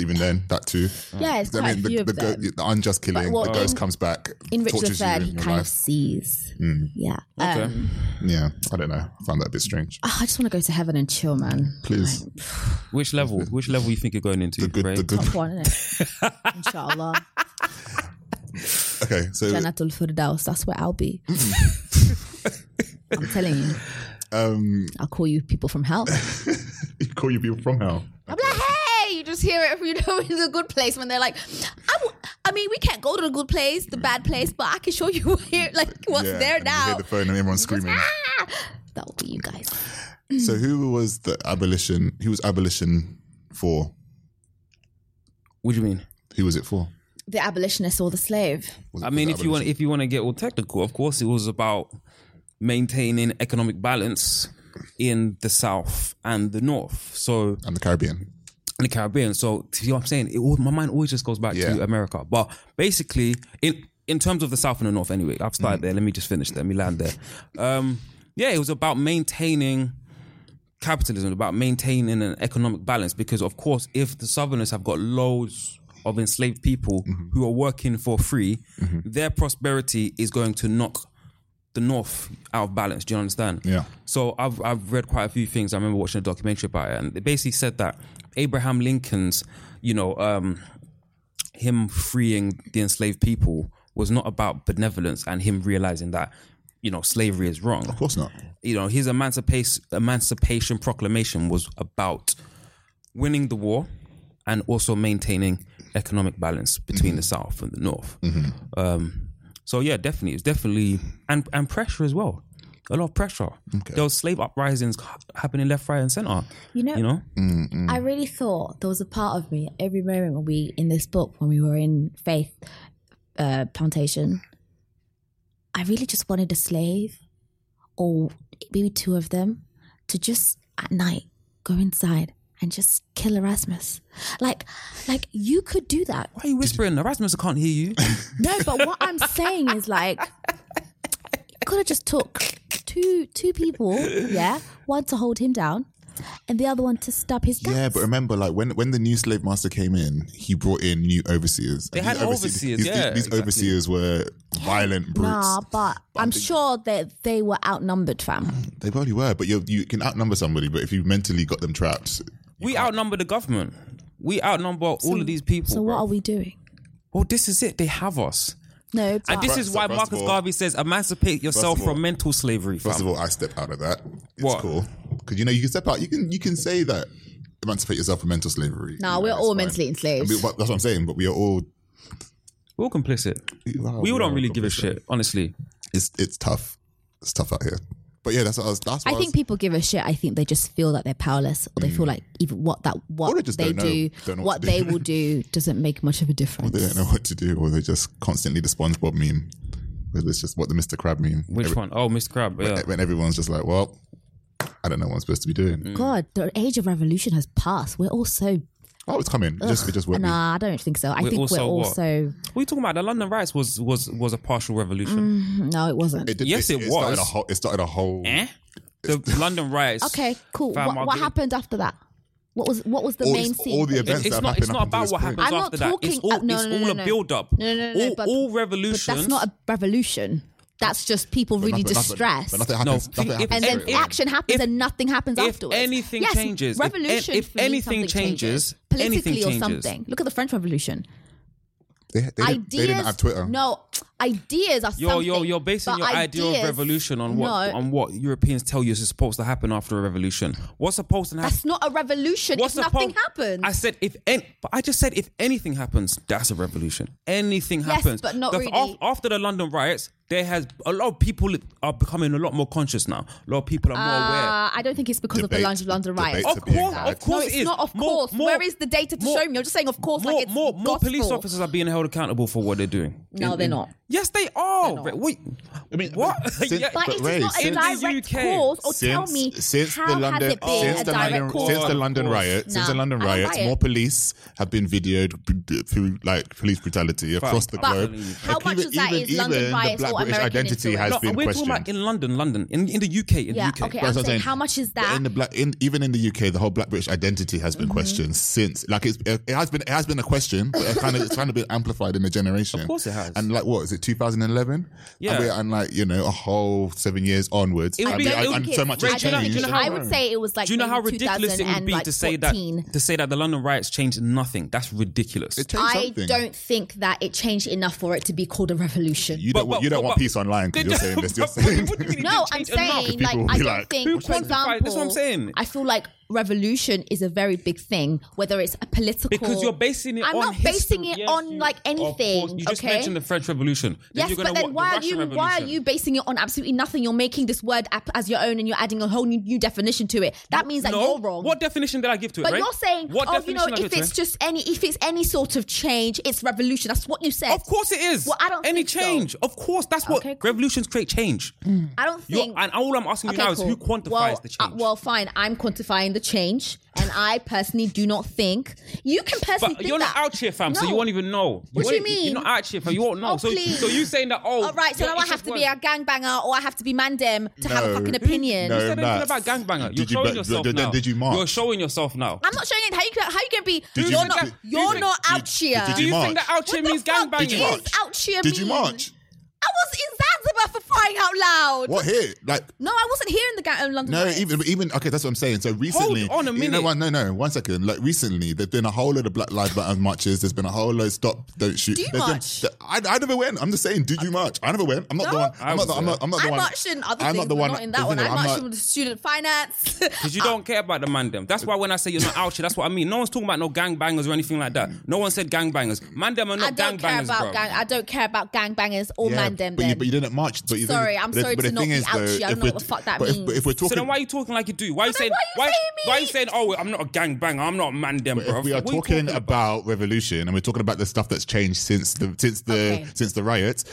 Even then, that too.
Yeah, it's
I
quite
mean,
a
the,
few
the,
of
go-
them.
the unjust killing.
what
the ghost
in-
comes back.
In Richard
tortures you
III, he
in your
kind of
life. Mm.
sees. Yeah.
Okay.
Um,
Yeah, I don't know. I found that a bit strange.
oh, I just want to go to heaven and chill, man.
Please.
Like,
Which level? Which level you think you're going into?
The good,
Ray?
the good.
top one, innit? Inshallah.
Okay, so
Janatul Firdaus. That's where I'll be. I'm telling you.
um,
I'll call you people from hell.
you call your people from hell.
I'm like, hey, you just hear it, you know, in the good place when they're like, I, w- I mean, we can't go to the good place, the bad place, but I can show you where, like what's
Yeah,
there
and You
now. Ah!
hear the phone and everyone's screaming.
That will be you guys.
so who was the abolition? Who was abolition for?
What do you mean?
Who was it for?
The abolitionist or the slave.
Was it
I
for
mean,
the
if you want, if you want to get all technical, of course, it was about maintaining economic balance in the South and the North. So
abolition? and the Caribbean.
in the Caribbean. So you know what I'm saying? It, all- my mind always just goes back
Yeah.
to America. But basically, in in terms of the South and the North, anyway, I've
Mm.
started there. Let me just finish there. Let me land there. Um, yeah, it was about maintaining capitalism, about maintaining an economic balance. Because of course, if the Southerners have got loads of enslaved people who are working for free, their prosperity is going to knock the North out of balance. Do you understand?
Yeah.
So I've I've read quite a few things. I remember watching a documentary about it, and it basically said that Abraham Lincoln's, you know, um, him freeing the enslaved people was not about benevolence and him realizing that, you know, slavery is wrong. Of
course not.
You know, his emancipation emancipation proclamation was about winning the war and also maintaining economic balance between the South and the North.
Mm-hmm.
Um, so yeah, definitely, it's definitely and and pressure as well. A lot of pressure. There was slave uprisings ha- happening left, right, and center.
You know-
you know.
Mm.
I really thought there was a part of me every moment when we in this book when we were in Faith uh, Plantation. I really just wanted a slave, or maybe two of them, to just at night go inside and just kill Erasmus. Like, like you could do that.
Why are you whispering? Erasmus, I can't hear you.
No, but what I'm saying is like, you could have just took two two people, yeah, one to hold him down, and the other one to stub his guts.
Yeah, but remember, like when when the new slave master came in, he brought in new overseers.
They
And
had
these
overseers,
these,
yeah,
these
exactly.
overseers were violent brutes.
Nah, but I'm sure that they were outnumbered, fam.
They probably were, but you you can outnumber somebody, but if you mentally got them trapped,
We outnumber the government. We outnumber all of these people.
So what
bro.
are we doing?
Well, this is it. They have us.
No,
And
but
this is
First-
why
first of
Marcus
all-
Garvey says emancipate yourself
of all-
from mental slavery.
first
fam.
of all, I step out of that. It's
What?
cool because you know you can step out. You can you can say that emancipate yourself from mental slavery.
Nah,
You know,
we're
that's
all
fine.
mentally enslaved.
I mean, but that's what I'm saying. But we are all
We're all complicit.
Oh,
we all don't really give a shit, honestly.
It's it's tough. It's tough out here. But yeah, that's what I was. That's what
I think people give a shit. I think they just feel that they're powerless, or they feel like even what that what
Mm. Or they just
they
don't know-
do,
don't know
what
what to
they
do.
will do, doesn't make much of a difference.
They don't know what to do, or they're just constantly the SpongeBob meme. Whether it's just what the Mr. Crab meme.
Which one? Oh, Mr. Crab. Yeah.
When everyone's just like, well, I don't know what I'm supposed to be doing.
Mm.
God, the age of revolution has passed. We're all so
Oh, it's coming. It just, it just won't be.
nah. I don't think so. I
We're
think
also
we're all
what?
so
What are you talking about? The London riots was was was a partial
Mm.
revolution.
no. It wasn't.
did-
Yes, it was.
Started a whole, it started a whole.
Eh? The London riots.
okay, cool.
Fam,
What,
I'll
what
give-
happened after that? What was what was the
All
main
this-
scene?
all the
that-
events
It's, it's
that
not. It's
happened
not
up until
about
this
what
point.
happens
I'm not
after that. It's
talking-
all.
uh, no, no,
it's
no,
all
no.
a build up.
No, no, no, no,
all,
but-
all
but
revolutions.
that's not a revolution. That's just people really
Nothing- nothing-
distressed.
But nothing happens.
No,
nothing
if-
happens
and then
straight away.
action happens
if-
and nothing happens
if
afterwards.
anything
yes,
changes, if
revolution.
an- if
for me,
anything
something
changes,
politically
anything
or
changes.
something. Look at the French Revolution.
They, they, didn't,
ideas.
they didn't have Twitter.
No, ideas are
You're,
something.
you're, you're basing
but
your idea of
ideas-
revolution on what
No,
on what Europeans tell you is supposed to happen after a revolution. What's supposed to happen?
that's not a revolution.
What's
if
the
nothing
problem?
happens.
I said if any, but I just said if anything happens, that's a revolution. Anything
Yes,
happens,
but not
That's
really.
af- after the London riots, there has a lot of people are becoming a lot more conscious now. A lot of people are more aware.
uh, I don't think it's because of the
Debate-
London, London riots.
debates
Of
are being
course,
had.
of course
no, it's
it is.
not. Of
More-
course.
more-
Where is the data to
more-
show me? I'm just saying, of course.
more,
like it's
more, more police
gospel.
officers are being held accountable for what they're doing.
No, they're not.
Yes, they are. Wait, I mean, what?
since-
Yeah,
But,
But
it is
Ray,
not a
since-
In the
direct
UK,
cause, or tell me how has it been
since
a
the
direct
London
cause?
since the London
Of course.
riot since
Nah,
the London
I don't
riots
buy it.
more police have been videoed b- d- through like police brutality across the
But
globe.
how
Like,
much of that is London
the
riots
black
or
British
American
identity
influence?
has
No,
been
we're talking
questioned.
about in London, London, in, in the UK, in
Yeah.
the UK.
Okay.
That's
I'm
what
saying, how much is
But
that? Mm-hmm.
in the black in even in the UK the whole black British identity has been questioned since like it's, it has been it has been a question but it kind of it's kind of been amplified in a generation
Of course it has.
and like what is it 2011
Yeah.
and, we're- and like you know a whole seven years onwards
It would
and,
be-
we- and-
I think
and
it's-
so much
Ray,
has
do you know- do you
changed
know how-
I would say it was like.
Do you know how
maybe
ridiculous it would be to say
2014.
that to say that the London riots changed nothing? That's ridiculous.
It changed
I
something.
don't think that it changed enough for it to be called a revolution.
you don't want you don't want peace online because you're saying this you're saying
no, I'm saying like
People will
I
be
don't
like,
Who
think. For
quantified-
example,
that's what I'm saying.
I feel like revolution is a very big thing, whether it's a political.
Because you're basing it
I'm
on
not basing
history.
it
Yes,
on
you-
like
of course.
anything.
You just
okay?
mentioned the French Revolution.
Yes,
you're
but
gonna
then
want
why
the
are you
Russian
why are
Revolution.
you basing it on absolutely nothing? You're making this word up as your own, and you're adding a whole new, new definition to it. That means that
no,
you're wrong.
What definition did I give to it?
but
Ray?
you're saying,
what
oh, you know,
definition did I
if
give
it's
to it?
just any, if it's any sort of change, it's revolution. That's what you said.
Of course it is.
Well, I don't
any
think so.
change. Of course, that's what
Okay, cool.
revolutions create change.
I don't
You're-
think.
and all I'm asking you now is who
cool.
quantifies
well,
the change.
uh, well, fine. I'm quantifying the the change, and I personally do not think you can personally.
But
think
you're not
that.
out here, fam, so
No.
you won't even know.
What do
won't-
you mean?
You're not out here, fam. You won't know.
Oh,
so,
please.
so you saying that? Oh,
All right, so
your
now I
interest
have to
was-
be a gangbanger, or I have to be mandem to have a
No.
fucking opinion.
No,
You said
Max.
anything about gangbanger. You're
Did you
showing
ba-
yourself
then- then
now.
did you march?
You're showing yourself now.
I'm not showing it. How you how you can be?
Did you-
you're not.
did-
you're
did-
not
did-
out here.
did
Do you
you
think
march?
that out here means gangbanging?
Did you
What
march?
is out here
Did you
mean?
march?
I was in Zanzibar for crying out loud.
What here? Like
No, I wasn't here in the gang. in London.
no,
riots.
even even okay. That's what I'm saying. So recently,
on a
You know
minute.
what? No, no, one second. Like recently, there's been a whole lot of Black Lives Matter marches. There's been a whole lot of stop, don't shoot.
Do you
There's been-
march?
th- I, I never went. I'm just saying. Did you march? I never went. I'm not the
No?
one. I'm not. The, I'm not. I'm not the
I
one.
marched in other
I'm
things,
not the
but
one.
not in that
isn't
one.
it?
I
I'm
marched
not-
with student finance.
Because you don't care about the man them. That's why when I say you're not out here, that's what I mean. No one's talking about no gangbangers or anything like that. No one said gangbangers. Man them are
I
not
don't care
gangbangers, bro.
about gang. I don't care about gangbangers or
Yeah,
mandem.
but you,
then.
but you didn't march. But you didn't-
Sorry, I'm
but the-
sorry
but
to
the
not
thing
be
is,
out
though,
here. I don't
if
know
we're-
what the fuck that
but if-
means.
But if we're
so then
talking,
why are you talking like you do? Why are you
then
saying
why
why,
you saying me?
why are you saying, oh I'm not a gangbanger, I'm not a man them, bro.
if we are
What you
talking, about, revolution and we're talking about the stuff that's changed since the since the
Okay.
since the riots,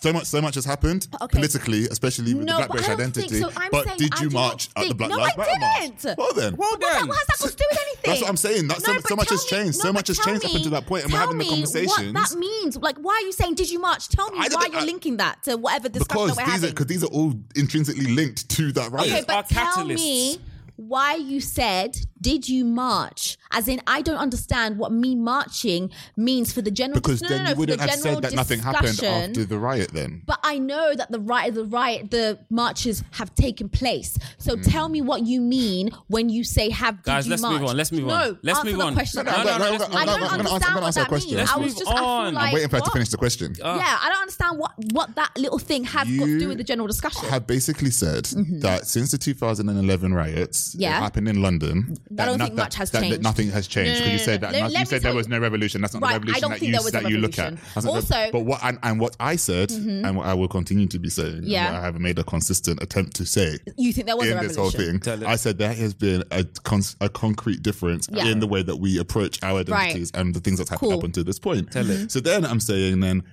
so much so much has happened
Okay.
politically, especially with
No,
the
but
black British
I don't think
identity.
so. I'm
but
saying
did
I
you
do not
march at the
think-
Black
No,
Lives
I
Matter
didn't.
march? Well then,
Well
What's that-
then.
what has that got to do with anything?
That's what I'm saying. That's so-
but
so much
tell
has changed. So
no,
much
but
has
tell
changed up
me-
until that point and we're
tell
having the
me
conversations.
What that means? Like, why are you saying? Did you march? Tell me
I
why
don't-
you're
I-
linking that to whatever discussion
because
that we're
these are
having.
because these are all intrinsically linked to that riot.
Okay,
are
but tell
catalysts.
me why you said did you march? As in, I don't understand what me marching means for the general.
because
no, no,
then
no,
you
for
wouldn't
the
have said
general
that nothing happened
discussion.
after the riot. Then
But I know that the riot, the riot, the marches have taken place. So tell me what you mean when you say have did
Guys,
you
let's
march?
move on, let's move
no,
on. Let's
answer
move
the
on.
Question.
No, no, no, no, let's move
I
on.
don't
I'm gonna- I'm
understand
answer-
gonna
I'm gonna
what
answer a
that
question.
means.
Let's
I was
move
just, I feel
on. I'm
like,
I'm waiting for her to
what?
finish the question.
yeah, I don't understand what what that little thing has got to do
You
with the general discussion.
have basically said that since the 2011 riots that
Mm-hmm. Yeah.
happened in London, that
don't
no-
think much
that-
has
that- that
changed.
nothing has changed.
No,
Because
no,
you
no,
said
no.
that
Let-
no-
let
you
me
said
tell
there
you-
was no revolution. That's not
Right, I
the revolution
don't
that,
think
you,
there was a
that you look at.
revolution.
That's not the-
Also- Mm-hmm.
but what and, and what I said, and what I will continue to be saying,
Yeah.
and what I have made a consistent attempt to say.
you think there was a
in
revolution?
this whole thing,
Tell it.
I said there has been a, con- a concrete difference
Yeah.
in the way that we approach our identities and the things that's happened
Cool.
up until this point. So then I'm saying, then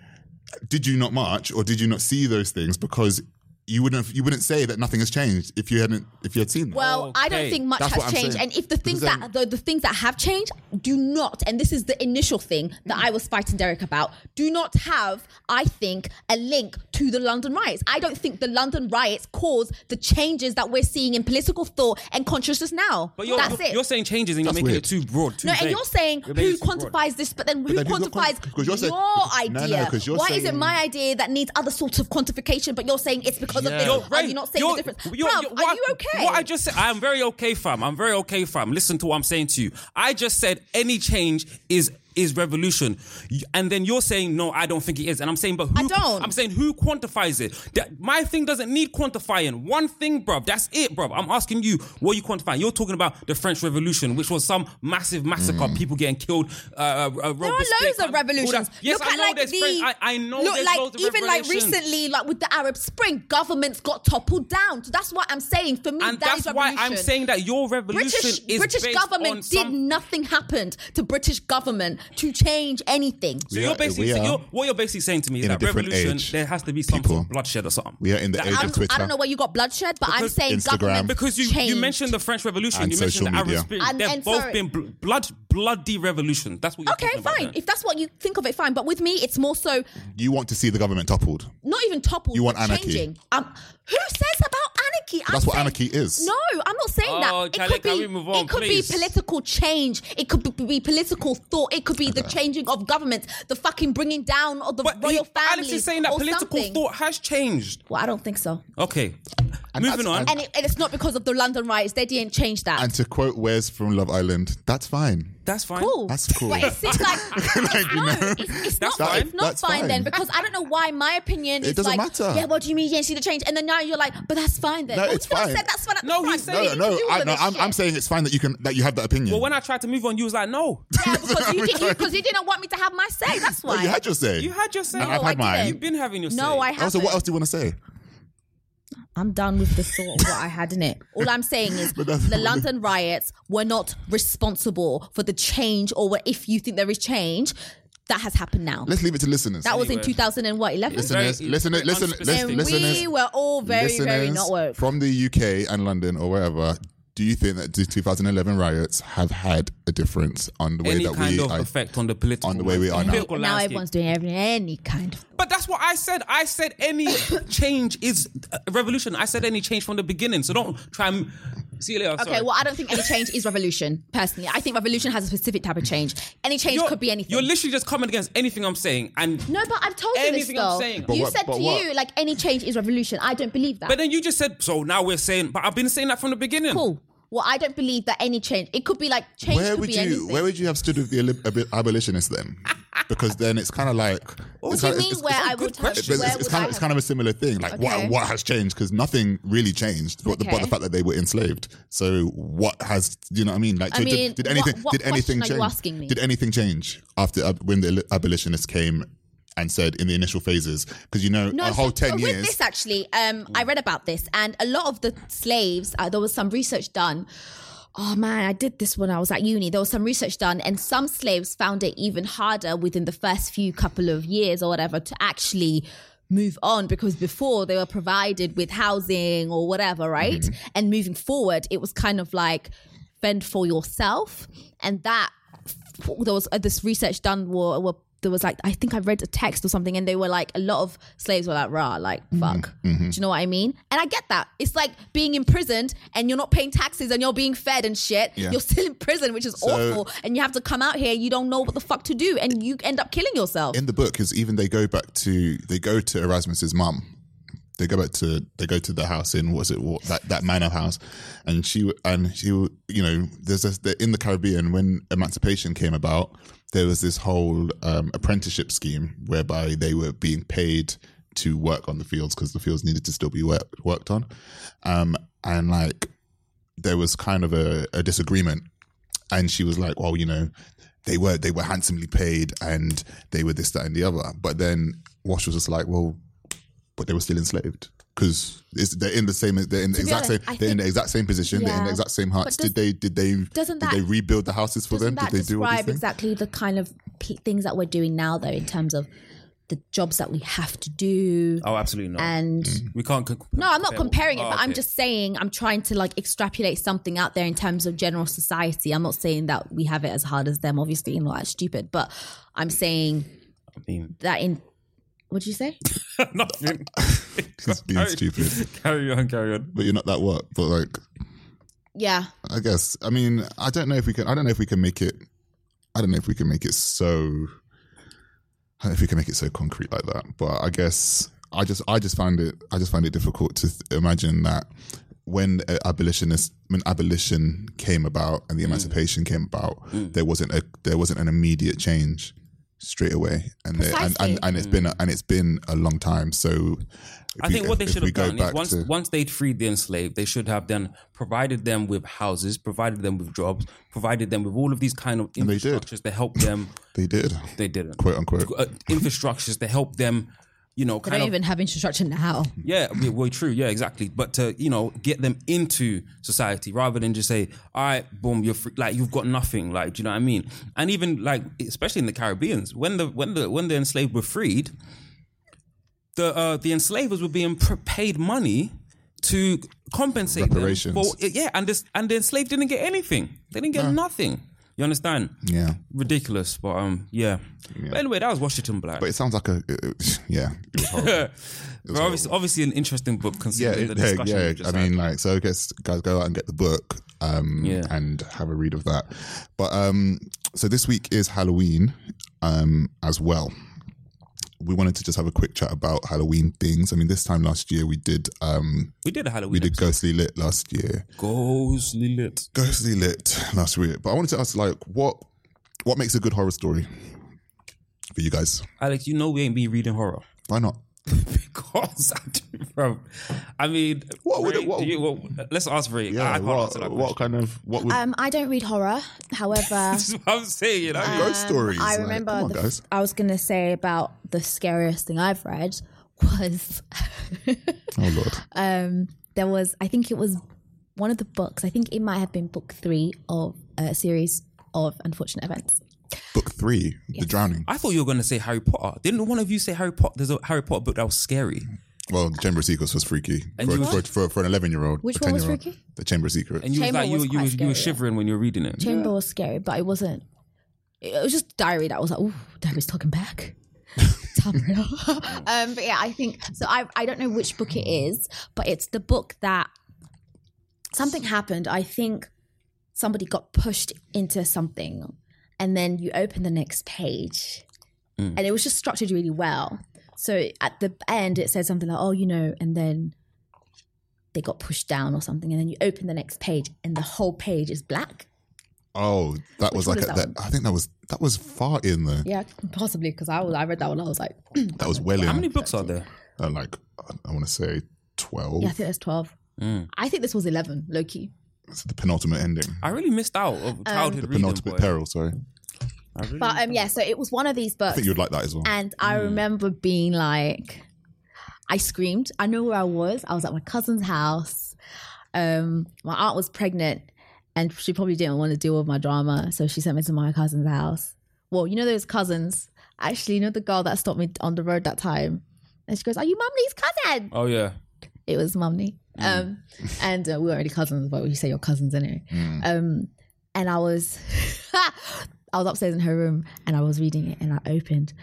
did you not march or did you not see those things because you wouldn't have, you wouldn't say that nothing has changed if you hadn't if you had seen them.
Well, I don't
Okay.
think much
That's what
has
I'm
changed,
saying.
and if the things
Because
that the, the things that have changed do not, and this is the initial thing that I was fighting Derek about, do not have, I think, a link to the London riots. I don't think the London riots caused the changes that we're seeing in political thought and consciousness now.
But you're,
That's
you're,
it.
you're saying changes and you're
That's
making
weird.
it too broad. Too
no, and
vague.
you're saying
You're making
who
it too broad.
quantifies this, but then who
then you've got
quantifies
'cause you're saying-
your
no, no,
idea?
'cause you're
Why is it
saying-
my idea that needs other sorts of quantification, but you're saying it's because
Yeah.
of this?
You're
Are
right.
you not saying
You're-
the difference?
you're-
Bruv,
you're-
are
what-
you okay?
What I just said, I'm very okay, fam. I'm very okay, fam. Listen to what I'm saying to you. I just said any change is is revolution, You- and then you're saying no, I don't think it is, and I'm saying, but who,
I don't.
I'm saying who quantifies it? That- my thing doesn't need quantifying. One thing, bruv, that's it, bruv. I'm asking you, what are you quantifying? You're talking about the French Revolution, which was some massive massacre, people getting killed. Uh, uh,
There are loads of revolutions.
Yes,
look
I
at
know
like
there's
the,
French- I, I know
look
there's
like
loads of
even like
revolutions.
recently, like with the Arab Spring, governments got toppled down. So that's what I'm saying. For me,
and
that is
that's why I'm
revolution.
saying that your revolution
British
is
British
based
government
on
did
some-
nothing happened to British government to change anything.
So
We
you're
are-
basically
we
so
are
you're, what you're basically saying to me is
in a
that
different
revolution
age,
there has to be some
people.
sort of bloodshed or something.
we are in the
That-
age
I'm-
of Twitter.
I don't know where you got bloodshed, but I'm
Because-
saying
Instagram.
government
because you, you
changed.
mentioned the French Revolution,
And
you mentioned
social
the Arab
media.
Spring.
And-
They've
and
both
sorry.
been bl- blood bloody revolutions. That's what you're
Okay,
talking about
fine.
then.
If that's what you think of it, fine. But with me, it's more so
you want to see the government toppled.
not even toppled.
You want
but
anarchy.
Changing. Um, who says about anarchy? I'm
That's what
saying-
anarchy is.
No, I'm not saying
Oh,
that.
Khaled,
it could
can
be.
we move on,
it could
please?
be political change. It could be, be political thought. It could be the changing of government. The fucking bringing down of the
But
royal
he-
family.
Alex is saying that
or
political
something.
thought has changed.
Well, I don't think so.
Okay, moving
that's-
on.
and-
And, it, and it's not because of the London riots. They didn't change that.
And to quote Wes from Love Island, that's fine.
that's fine.
cool.
That's cool.
But it seems like,
Like, you
no,
know,
it's, it's
That's
not,
fine.
It's not
That's
fine, then
fine.
because I don't know why my opinion
It
is
doesn't
like,
matter.
yeah, what do you mean you didn't see the change? And then now you're like, but that's fine then.
No,
Well,
it's
you could have
fine.
said that's fine at the
No, he
front.
said-
What
no,
do
no,
you do
I,
with
no.
this
I'm, I'm
shit?
saying it's fine that you can that you have that opinion.
But when I tried to move on, you was like, no.
Yeah, because you didn't because you didn't want me to have my say. That's
No,
why.
you had your say.
You had your say.
And I've
I
had mine.
didn't.
You've been having your say.
no, I haven't.
Also, what else do you want to say?
I'm done with the thought of what I had in it.
All I'm saying is
that's-
the London riots were not responsible for the change, or what- if you think there is change, that has happened now.
Let's leave it to listeners.
that was in 2000 and what 11.
Listen,
listeners,
Very-
listeners,
very
listen,
unspecific.
listen,
and
listeners,
we were all very, very
listeners
not woke.
from the UK and London or wherever. Do you think that the 2011 riots have had a difference on the way
Any
that
kind
we
of
are-
effect on the political
on the way we are now?
Political
now
landscape.
everyone's doing every, any kind of.
But that's what I said. I said any change is a revolution. I said any change from the beginning. So don't try and see you later.
Okay,
sorry.
well, I don't think any change is revolution. Personally, I think revolution has a specific type of change. Any change
You're-
could be anything.
You're literally just coming against anything I'm saying, and
no, but I've told you this
Anything I'm
though.
saying. But
you
what-
said
but
to
what?
you like any change is revolution. I don't believe that.
but then you just said so. Now we're saying, but I've been saying that from the beginning.
cool. Well, I don't believe that any change. It could be like change.
where
could
would
be
you
Anything.
where would you have stood with the ab- ab- abolitionists then? Because then it's kind of like
What
it's
do you
kinda-
mean
it's-
where I
it's-
would have?
it's, it's,
where would
kind
I
of, it's
have-
kind of a similar thing. Like
Okay.
what what has changed? Because nothing really changed, but, the, but
Okay.
the fact that they were enslaved. So what has you know what I mean? Like
I
did, did-
mean,
did anything
what- what
did anything
question are
change?
you asking me?
Did anything change after ab- when the abolitionists came and said in the initial phases? Because you know a whole
so-
ten
so
years.
With this, actually, um, I read about this, and a lot of the slaves. Uh, there was some research done. Oh man, I did this when I was at uni. There was some research done, and some slaves found it even harder within the first few couple of years or whatever to actually move on because before they were provided with housing or whatever, right?
Mm-hmm.
And moving forward, it was kind of like fend for yourself, and that there was uh, this research done where, where there was like I think I read a text or something, and they were like a lot of slaves were like rah like
Mm-hmm,
fuck. Do you know what I mean? And I get that. It's like being imprisoned and you're not paying taxes and you're being fed and shit.
Yeah.
You're still in prison, which is
So-
awful, and you have to come out here. You don't know what the fuck to do, and you end up killing yourself.
in the book is even they go back to they go to Erasmus's mum. They go back to they go to the house in what's it what, that that manor house, and she and she you know there's a, the- in the Caribbean when emancipation came about there was this whole um, apprenticeship scheme whereby they were being paid to work on the fields because the fields needed to still be work, worked on, um, and like there was kind of a, a disagreement and she was like, "Well, you know, they were they were handsomely paid, and they were this, that, and the other." But then Wash was just like, "Well, but they were still enslaved because they're in the same they're in the
To be
exact
honest,
same
I
they're in
think-
the exact same position, they're in the
Yeah.
exact same hearts.
But does-
did they did they
doesn't
did
that-
they rebuild the houses for them?
Doesn't
Did
that
they do all these
describe
things?
exactly the kind of pl- things that we're doing now, though, in terms of the jobs that we have to do?
Oh, absolutely not.
And
Mm.
we can't. c-
No, I'm not
compare-
comparing it,
Oh,
but I'm
okay.
just saying I'm trying to like extrapolate something out there in terms of general society. I'm not saying that we have it as hard as them, obviously, and all that stupid, but I'm saying
I mean,
that in what did you say?
nothing.
It's being
Carry-
stupid.
Carry on, carry on.
But you're not that what? But like,
Yeah.
I guess I mean I don't know if we can I don't know if we can make it I don't know if we can make it so I don't know if we can make it so concrete like that. But I guess I just I just find it I just find it difficult to th- imagine that when uh, abolitionist when abolition came about and the
Mm.
emancipation came about, there wasn't a there wasn't an immediate change straight away, and there, and, and and it's been a, and it's been a long time. So if
Mm. I
we-
think
if-
what they
if
should
we
have
go
done is
back
once
to-
once they'd freed the enslaved, they should have then provided them with houses, provided them with jobs, provided them with all of these kind of
they did.
infrastructures to help them.
they did
they didn't.
quote unquote.
Uh, infrastructures to help them, you know,
They
kind
don't
of
even have infrastructure now.
Yeah, yeah, well, true. Yeah, exactly. But to you know, get them into society rather than just say, "All right, boom, you're free. like you've got nothing." Like, do you know what I mean? And even like, especially in the Caribbeans, when the when the when the enslaved were freed, the uh, the enslavers were being pr- paid money to compensate them
Reparations.
for yeah, and this and the enslaved didn't get anything. They didn't get nothing. You understand?
Yeah.
Ridiculous, but um, yeah. But anyway, that was Washington Black.
But it sounds like a it- yeah. It was horrible.
But obviously, obviously, an interesting book
yeah,
considering the
it- yeah,
discussion.
yeah.
we just
I
had.
mean, like, so I guess guys go out and get the book, um,
Yeah.
and have a read of that. But um, so this week is Halloween, um, as well. We wanted to just have a quick chat about Halloween things. I mean, this time last year we did um,
we did a Halloween.
we did ghostly lit last year,
Ghostly lit.
ghostly lit last year. But I wanted to ask, like, what what makes a good horror story for you guys?
Alex, you know we ain't been reading horror
Why not?
because I do, bro. I mean,
What would
Ray,
it- what-
do you, well, let's ask Ray. I, I can't answer that
what, what
question.
kind of what would
um, I don't read horror. However,
That's what I'm saying. You know?
ghost stories?
I
Like,
remember.
come on,
the f-
guys.
I was gonna say about the scariest thing I've read was
Oh lord.
um, there was I think it was one of the books. I think it might have been book three of
uh,
a series of unfortunate events.
Book three, The Drowning.
I thought you were going to say Harry Potter. Didn't one of you say Harry Potter? There's a Harry Potter book that was scary.
Well, the Chamber of Secrets was freaky
And
for,
you
for,
was-
for, for an 11 year old.
Which one was freaky?
The Chamber of Secrets.
And you
Chamber
was like, you,
was
you,
quite
was, you were
scary, yeah.
shivering when you were reading it.
Chamber was scary, but it wasn't. It was just diary that was like, oh, diary's talking back. Tamara.
um, but yeah, I think so. I I don't know which book it is, but it's the book that something happened. I think somebody got pushed into something, and then you open the next page,
Mm.
and it was just structured really well. So at the end, it says something like, "Oh, you know," and then they got pushed down or something, and then you open the next page, and the whole page is black.
Oh, that
Which
was
one
like,
is
a,
that
that I think that was, that was far in there.
Yeah, possibly because I was I read that one, I was like,
That was well in.
How many books are there?
Uh, like, I want to say 12.
yeah, I think that's twelve.
Mm.
I think this was eleven, low key.
It's the penultimate ending.
I really missed out
Um,
of childhood
the
reading.
penultimate
boy.
peril, sorry.
I really-
But um, yeah, so it was one of these books.
I think you'd like that as well.
And I remember being like, I screamed. I know where I was. I was at my cousin's house. Um, my aunt was pregnant, and she probably didn't want to deal with my drama, so she sent me to my cousin's house. Well, you know those cousins. Actually, you know the girl that stopped me on the road that time, and she goes, "Are you Mumney's cousin?"
oh yeah.
It was Mumney.
Mm.
Um, and uh, we weren't really cousins, but you say your cousins anyway.
Mm.
Um, and I was, I was upstairs in her room, and I was reading it, and I opened,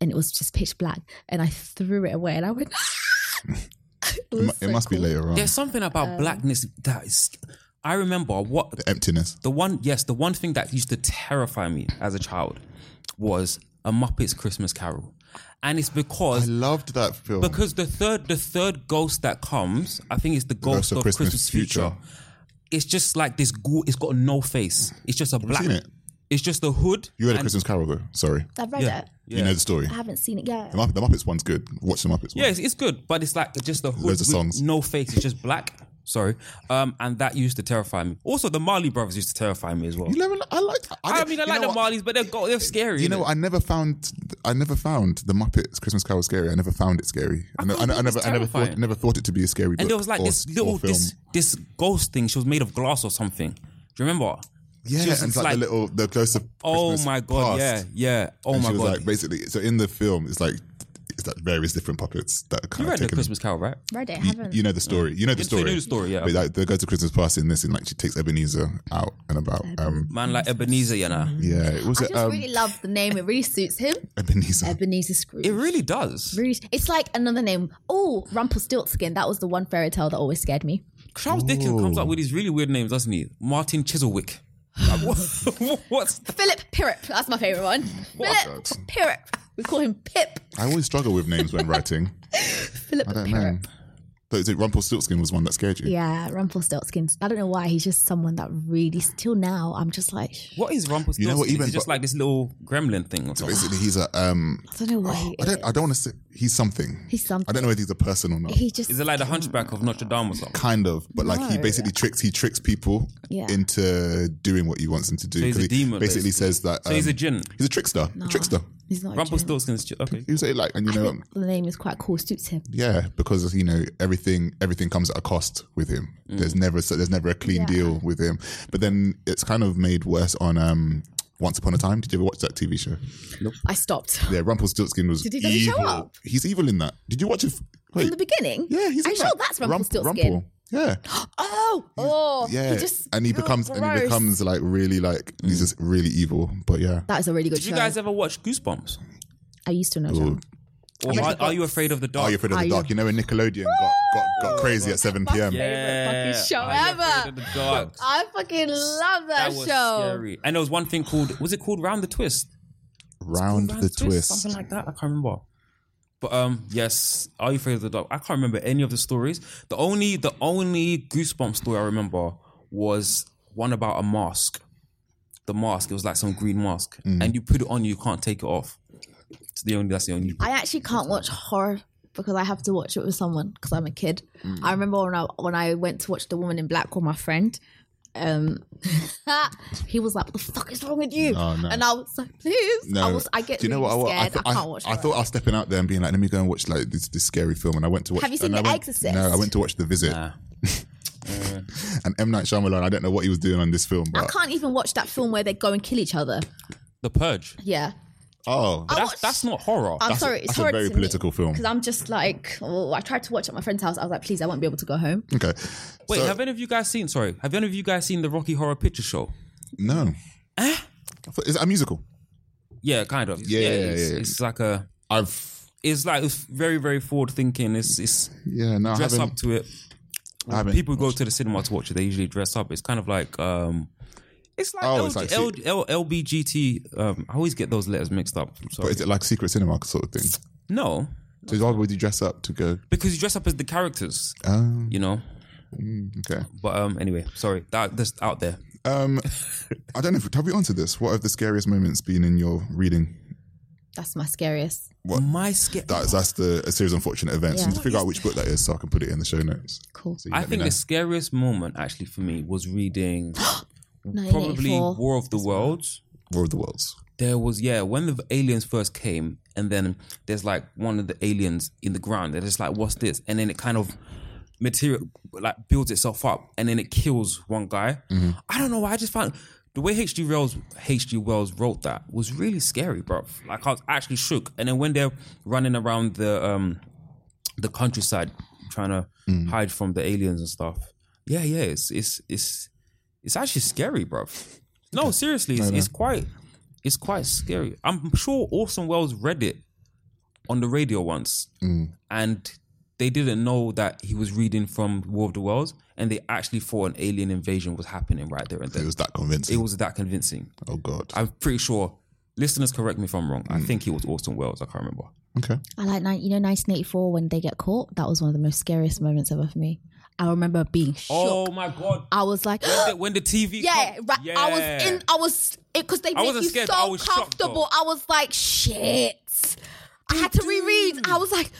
and it was just pitch black, and I threw it away, and I went.
It, mu- it must be later on.
There's something about blackness that is. I remember what
The emptiness.
the one. Yes, the one thing that used to terrify me as a child was a Muppets Christmas Carol, and it's
I
because
loved that film.
because the third the third ghost that comes, I think it's the ghost, of, Christmas, Future. It's just like this. Ghoul, it's got no face. It's just a black.
seen it?
It's just a hood.
You had a
and-
Christmas Carol though. Sorry,
I've read
Yeah.
it.
you know the story.
I haven't seen it yet.
The, Mupp- the Muppets one's good. Watch the Muppets.
Yeah,
One.
it's, it's good, but it's like just a hood
Loads of
with
songs.
no face. It's just black. Sorry, um, and that used to terrify me. Also, the Marley Brothers used to terrify me as well.
You never, I like.
I, mean, I like the Marleys, but they're go- they're scary.
You know, what? I never found, I never found the Muppets Christmas Carol scary. I never found it scary. I, ne- I, ne- I
it was
never, I never thought,
terrifying.
never thought it to be a scary. book
and there was like
or-
this
or
little
film.
this this ghost thing. She was made of glass or something. Do you remember?
Yeah,
she was
and it's
just
like, the
like,
little, the close of.
Oh
Christmas
my god!
past.
Yeah, yeah. Oh
and
my
she was
god!
Like basically, so in the film, it's like it's like various different puppets that are kind
you
of
read the
taken.
Christmas Carol, right?
Read it.
You-
Haven't.
You know the story. You know the
Yeah, so you
story.
know the story, yeah.
But like, they go to Christmas party in this, and like she takes Ebenezer out and about. Um,
Man, like Ebenezer, you know.
yeah, it was
I just
um,
really love the name. It really suits him.
Ebenezer.
Ebenezer Scrooge.
It really does.
Really- It's like another name. Oh, Rumpelstiltskin. That was the one fairy tale that always scared me.
Charles Dickens comes up with these really weird names, doesn't he? Martin Chiselwick. Like, what- What's
Philip Pirrip. That's my favorite one. Philip Pirrip. We call him Pip.
I always struggle with names when writing.
Philip
I don't know.
Pirrip.
But is it Rumpelstiltskin was one that scared you?
Yeah, Rumpelstiltskin. I don't know why. He's just someone that really, till now, I'm just like, sh-
what is Rumpelstiltskin?
You know what,
Is it
even-
just like this little gremlin thing or
So
something.
basically, he's a um.
I don't know why. he
I
is.
don't. I don't want to say he's something.
He's something.
I don't know whether he's a person or not.
He just.
Is it like the Hunchback of Notre Dame or something?
kind of, but like he
No.
basically tricks. He tricks people
Yeah.
into doing what he wants them to do.
So he's
'Cause
a
he
demon,
Basically,
basically.
says that. um,
So he's a djinn?
He's a trickster. A trickster.
He's not. a Jim.
Rumpelstiltskin's chi- okay.
He was a, like, and you
I
know,
think the name is quite cool. Suits him.
Yeah, because you know everything everything comes at a cost with him. There's
Mm.
never so there's never a clean deal with him. But then it's kind of made worse on um Once Upon a Time. Did you ever watch that TV show?
I stopped.
Yeah, Rumpelstiltskin was
Did he- does he show
evil.
up?
He's evil in that. Did you watch it?
From
Wait,
the beginning?
yeah, he's
I'm
in
sure
that.
that's
Rump-
Rumpelstiltskin.
Rumpel. Yeah,
Oh, oh.
yeah,
He just,
and he
oh,
becomes and he
gross. Mm.
becomes like really like he's just really evil. But yeah,
That is a really good
Did you
show.
guys ever watch Goosebumps?
I used to know.
Ooh.
John.
Or are, are you afraid of the dark?
Are you Oh, afraid of
Are
the
you-
dark? You know, when Nickelodeon got, got, got crazy at seven p.m.
Favorite
yeah.
fucking show
Are you
ever.
afraid of the dark?
I fucking love that,
That was
show.
scary. And there was one thing called was it called Round the Twist?
Round the twist.
something like that. I can't remember. But um, yes, Are You Afraid of the Dark? I can't remember any of the stories. The only the only Goosebumps story I remember was one about a mask. The mask. It was like some green mask, and you put it on, you can't take it off. It's the only. That's the only.
I actually can't watch horror because I have to watch it with someone because I'm a kid.
Mm.
I remember when I when I went to watch The Woman in Black with my friend. Um, he was like, "What the fuck is wrong with you?"
No, Oh, no.
And I was like, "Please." I was. I get.
Do you know
really
what? I,
Scared.
thought-
I,
I,
can't watch.
I thought I was stepping out there and being like, "Let me go and watch like this, this scary film." And I went to watch.
Have you seen
and I
The
went-
Exorcist?
No, I went to watch The Visit. and M Night Shyamalan, I don't know what he was doing on this film,
I
but
can't even watch that film where they go and kill each other.
The Purge.
Yeah.
Oh,
I
that's
watched-
that's not horror.
I'm
That's-
sorry, it's
that's a
horrid
very
to
political film.
Because I'm just like, oh, I tried to watch it at my friend's house. I was like, please, I won't be able to go home.
Okay.
Wait,
So-
have any of you guys seen? Sorry, have any of you guys seen the Rocky Horror Picture Show?
No.
Eh?
Is it a musical?
Yeah, kind of.
Yeah, yeah,
it's,
yeah, yeah.
it's like a.
I've.
It's like it's very very forward thinking. It's it's
Yeah, no, I
dress
haven't-
up to it.
I haven't
People who go to the cinema to watch it. They usually dress up. It's kind of like um, it's like,
Oh,
L-
it's like-
L- L- LBGT. Um, I always get those letters mixed up. I'm
But
Sorry.
is it like secret cinema sort of thing?
no,
So why would you dress up to go?
because you dress up as the characters.
Um,
You know.
okay.
But um, anyway, sorry. That that's out there.
Um, I don't know. If, have we answered this? What have the scariest moments been in your reading?
That's my scariest.
What?
My scare.
That's that's the a series of unfortunate events.
Yeah.
I need to figure out which book that is so I can put it in the show notes.
Cool.
So you
I
let me
think
know.
the scariest moment actually for me was reading probably
1984.
War of the Worlds.
War of the Worlds.
There was yeah, when the aliens first came, and then there's like one of the aliens in the ground. They're just like, "What's this?" And then it kind of material like builds itself up, and then it kills one guy. I don't know. why, I just found the way H.G. Wells H.G. Wells wrote that was really scary, bro. Like I was actually shook. And then when they're running around the um the countryside trying to hide from the aliens and stuff. Yeah, yeah, it's it's it's it's actually scary, bro. No, seriously, it's, it's quite it's quite scary. I'm sure Orson Welles read it on the radio once, and they didn't know that he was reading from War of the Worlds, and they actually thought an alien invasion was happening right there and
It
then.
was that convincing.
It was that convincing.
oh God.
I'm pretty sure. Listeners, correct me if I'm wrong. I think he was Orson Welles. I can't remember.
okay.
I like nine, you know 1984 when they get caught. That was one of the most scariest moments ever for me. I remember being shook.
Oh my god!
I was like,
When the- when the TV,
Yeah,
come-
right. I was
Yeah.
in. I was because they
I
make
wasn't
you
scared, but I
so
was shocked,
comfortable. I was like, shit. I had to reread. I was like,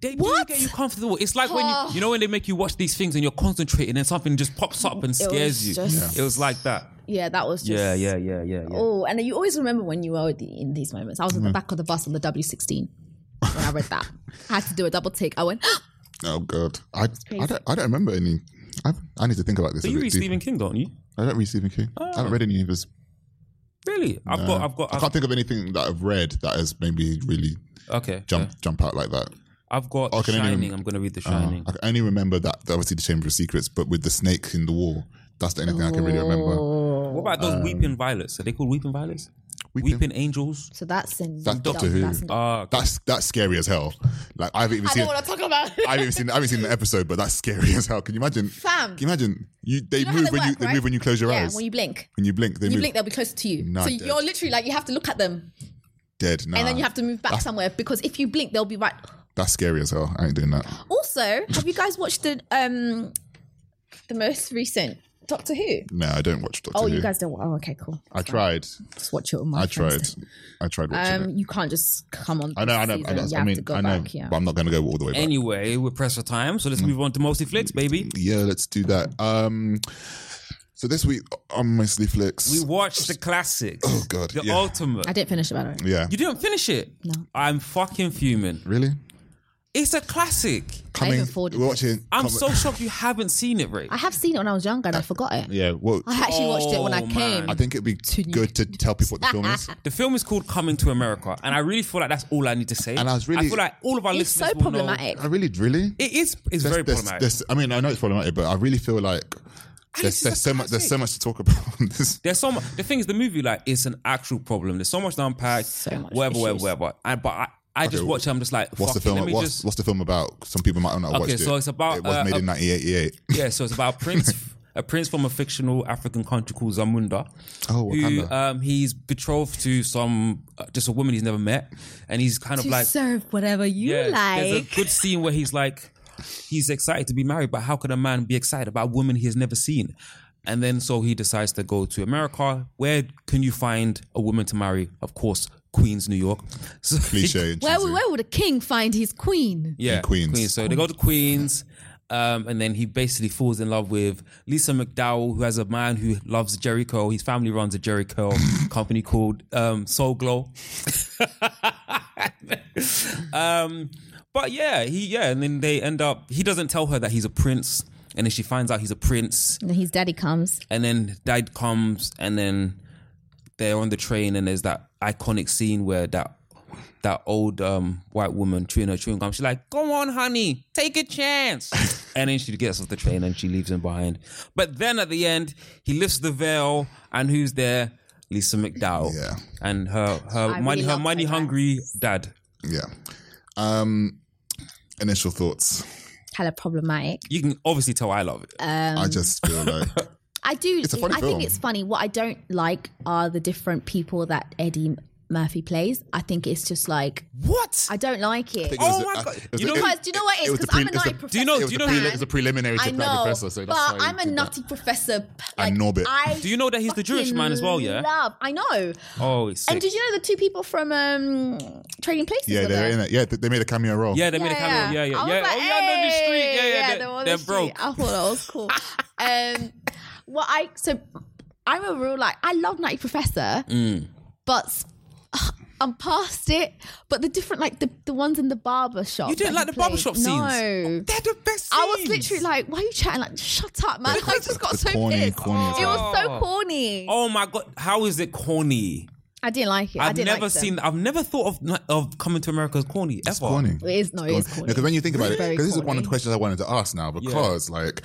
They
What? Oh.
do get you comfortable. It's like when you, you know when they make you watch these things and you're concentrating and something just pops up and scares
was
you.
just-
It was like that.
yeah, that was just.
Yeah, yeah, yeah, yeah, yeah.
Oh, and you always remember when you were the- in these moments. I was at
Mm-hmm.
the back of the bus on the W16 when I read that. I had to do a double take. I went,
Oh God. I I don't I don't remember any. I, I need to think about this.
So
a
you
bit
read
deeper.
Stephen Oh. King, don't you?
I don't read Stephen King. I haven't read any of his.
Really? I've got, I've got,
I
I've,
can't think of anything that I've read that has made me really
okay.
jump
okay.
jump out like that.
I've got
Oh,
The
can anyone-
Shining. I'm gonna read The
Uh,
Shining.
I can only remember that, that obviously the Chamber of Secrets, but with the snake in the wall. That's the only thing I can really
Oh.
remember.
What about those Weeping Violets? Are they called Weeping Violets? Weeping, Angels.
so that's in
That's Doctor Who.
That's in Doctor
Ah,
That's that's scary as hell. Like I haven't even
I
seen.
don't want to talk about it.
I haven't even seen. I haven't seen the episode, but that's scary as hell. Can you imagine?
Fam.
Can you imagine? You they
You know how
move
they
when you
work,
they
right?
move when you close your
yeah,
eyes.
when you blink.
When you blink, they
You
move.
blink, they'll be close to you.
Nah,
so
dead.
you're literally like, you have to look at them
dead. Nah. Ah.
and then you have to move back somewhere because if you blink, they'll be right.
That's scary as hell. I ain't doing that.
Also, have you guys watched the um the most recent Doctor Who?
No, I don't watch Doctor
Oh,
Who.
you guys don't. Oh, okay, cool.
I tried.
Just watch it on my.
I tried.
friends.
I tried watching
Um,
it.
you can't just come on.
I know. I know.
season.
I, know,
You
I
have
mean,
to go
I know.
back, yeah.
But I'm not going to go all the way back.
Anyway, we're pressed for time, so
Mm.
let's move on to mostly flicks, baby.
Yeah, let's do that. Um, so this week on mostly flicks.
We watched the classics.
Oh, God,
the
yeah.
ultimate.
I didn't finish it, by the way.
yeah.
You didn't finish it. No, I'm fucking fuming.
really?
It's a classic.
Coming.
even forwarded
We're watching.
I'm
coming-
so shocked you haven't seen it, Ray.
I have seen it when I was younger and I forgot it.
Yeah. Well,
I actually watched it when I
Oh,
came.
man.
I think it'd be good to tell people what the film is.
The film is called Coming to America, and I really feel like that's all I need to say.
And I was really-
I feel like all of our
It's
listeners
so
will know-
problematic.
I really, really.
It is. It's
There's-
very
there's-
problematic.
there's- I mean, I know it's problematic, but I really feel like
it's
there's, there's
a
so much. There's so
classic.
much to talk about. on this.
There's so much. The thing is, the movie like it's an actual problem. There's so much to unpack. So
much
whatever,
issues.
whatever, whatever. And but I, I just
Okay,
watch. it, I'm just like,
What's
fuck
the
it, Let
film?
me
What's,
just,
what's the film about? Some people might not have watched
Okay,
it.
so it's about,
It was
uh,
made in
a-
1988.
yeah. So it's about a prince, a prince from a fictional African country called Zamunda.
Oh,
who
Wakanda.
um, he's betrothed to some uh, just a woman he's never met, and he's kind of like
serve whatever you
There's a good scene where he's like, he's excited to be married, but how can a man be excited about a woman he has never seen? And then so he decides to go to America. Where can you find a woman to marry? Of course, Queens, New York. So
Cliche. and
Where,
cheesy.
where would a king find his queen?
yeah,
In Queens.
So they go to Queens, um, and then he basically falls in love with Lisa McDowell, who has a man who loves Jerry Curl. His family runs a Jerry Curl company called um, Soul Glow. um, but yeah, he yeah, and then they end up. He doesn't tell her that he's a prince, and then she finds out he's a prince,
And then his daddy comes.
and then dad comes, and then. they're on the train and there's that iconic scene where that that old um, white woman chewing her chewing gum. She's like, "Go on, honey, take a chance," and then she gets off the train and she leaves him behind. But then at the end, he lifts the veil, and who's there? Lisa McDowell
Yeah.
and her her
I
money
really
her
love
money hungry dad.
Yeah. Um, initial thoughts.
hella problematic.
You can obviously tell I love it.
Um,
I just feel like
I do.
It's a funny
I
film.
think it's funny. What I don't like are the different people that Eddie Murphy plays. I think it's just like
what
I don't like it.
think it was Oh a- my I- God. it was You a- know-
because do you know what it
it was
is?
the
Because I'm a
pre- it's
night
the-
professor.
Do you know- it was do you the know- preli- it was the preliminary to
I
Night
know,
Professor, so that's why
but
he
I'm a
did that.
nutty professor.
I knob it.
I
Do you know that he's the Jewish
fucking
man as well? Yeah.
Love. I know.
Oh, it's sick.
And did you know the two people from um, Trading Places?
Yeah,
were
they're
there?
in it. Yeah, they they made a cameo role.
Yeah, they made a cameo. Yeah, yeah, yeah.
I was like,
oh, yeah, no, the
"Hey,
street. Yeah, yeah.
yeah,
they're
they're on the
they're
street."
broke.
I thought that was cool. um, well, I so I'm a real like I love Nutty Professor,
Mm.
but s- I'm past it. But the different like the, the ones in the barber shop.
You didn't
that
like
he
the barber shop
played.
scenes?
No,
they're the best.
I was literally like, "Why are you chatting? Like, shut up, man!" I just got
It's
so
corny,
pissed.
corny as
it
hell.
was so corny.
Oh my god, how is it corny?
I didn't like it. I
I've
didn't
never
like them.
seen. I've never thought of ni- of coming to America as corny ever.
corny.
It is no, it is corny.
Because when you think about it,
Very
because this is one of
corny.
the questions I wanted to ask now, because like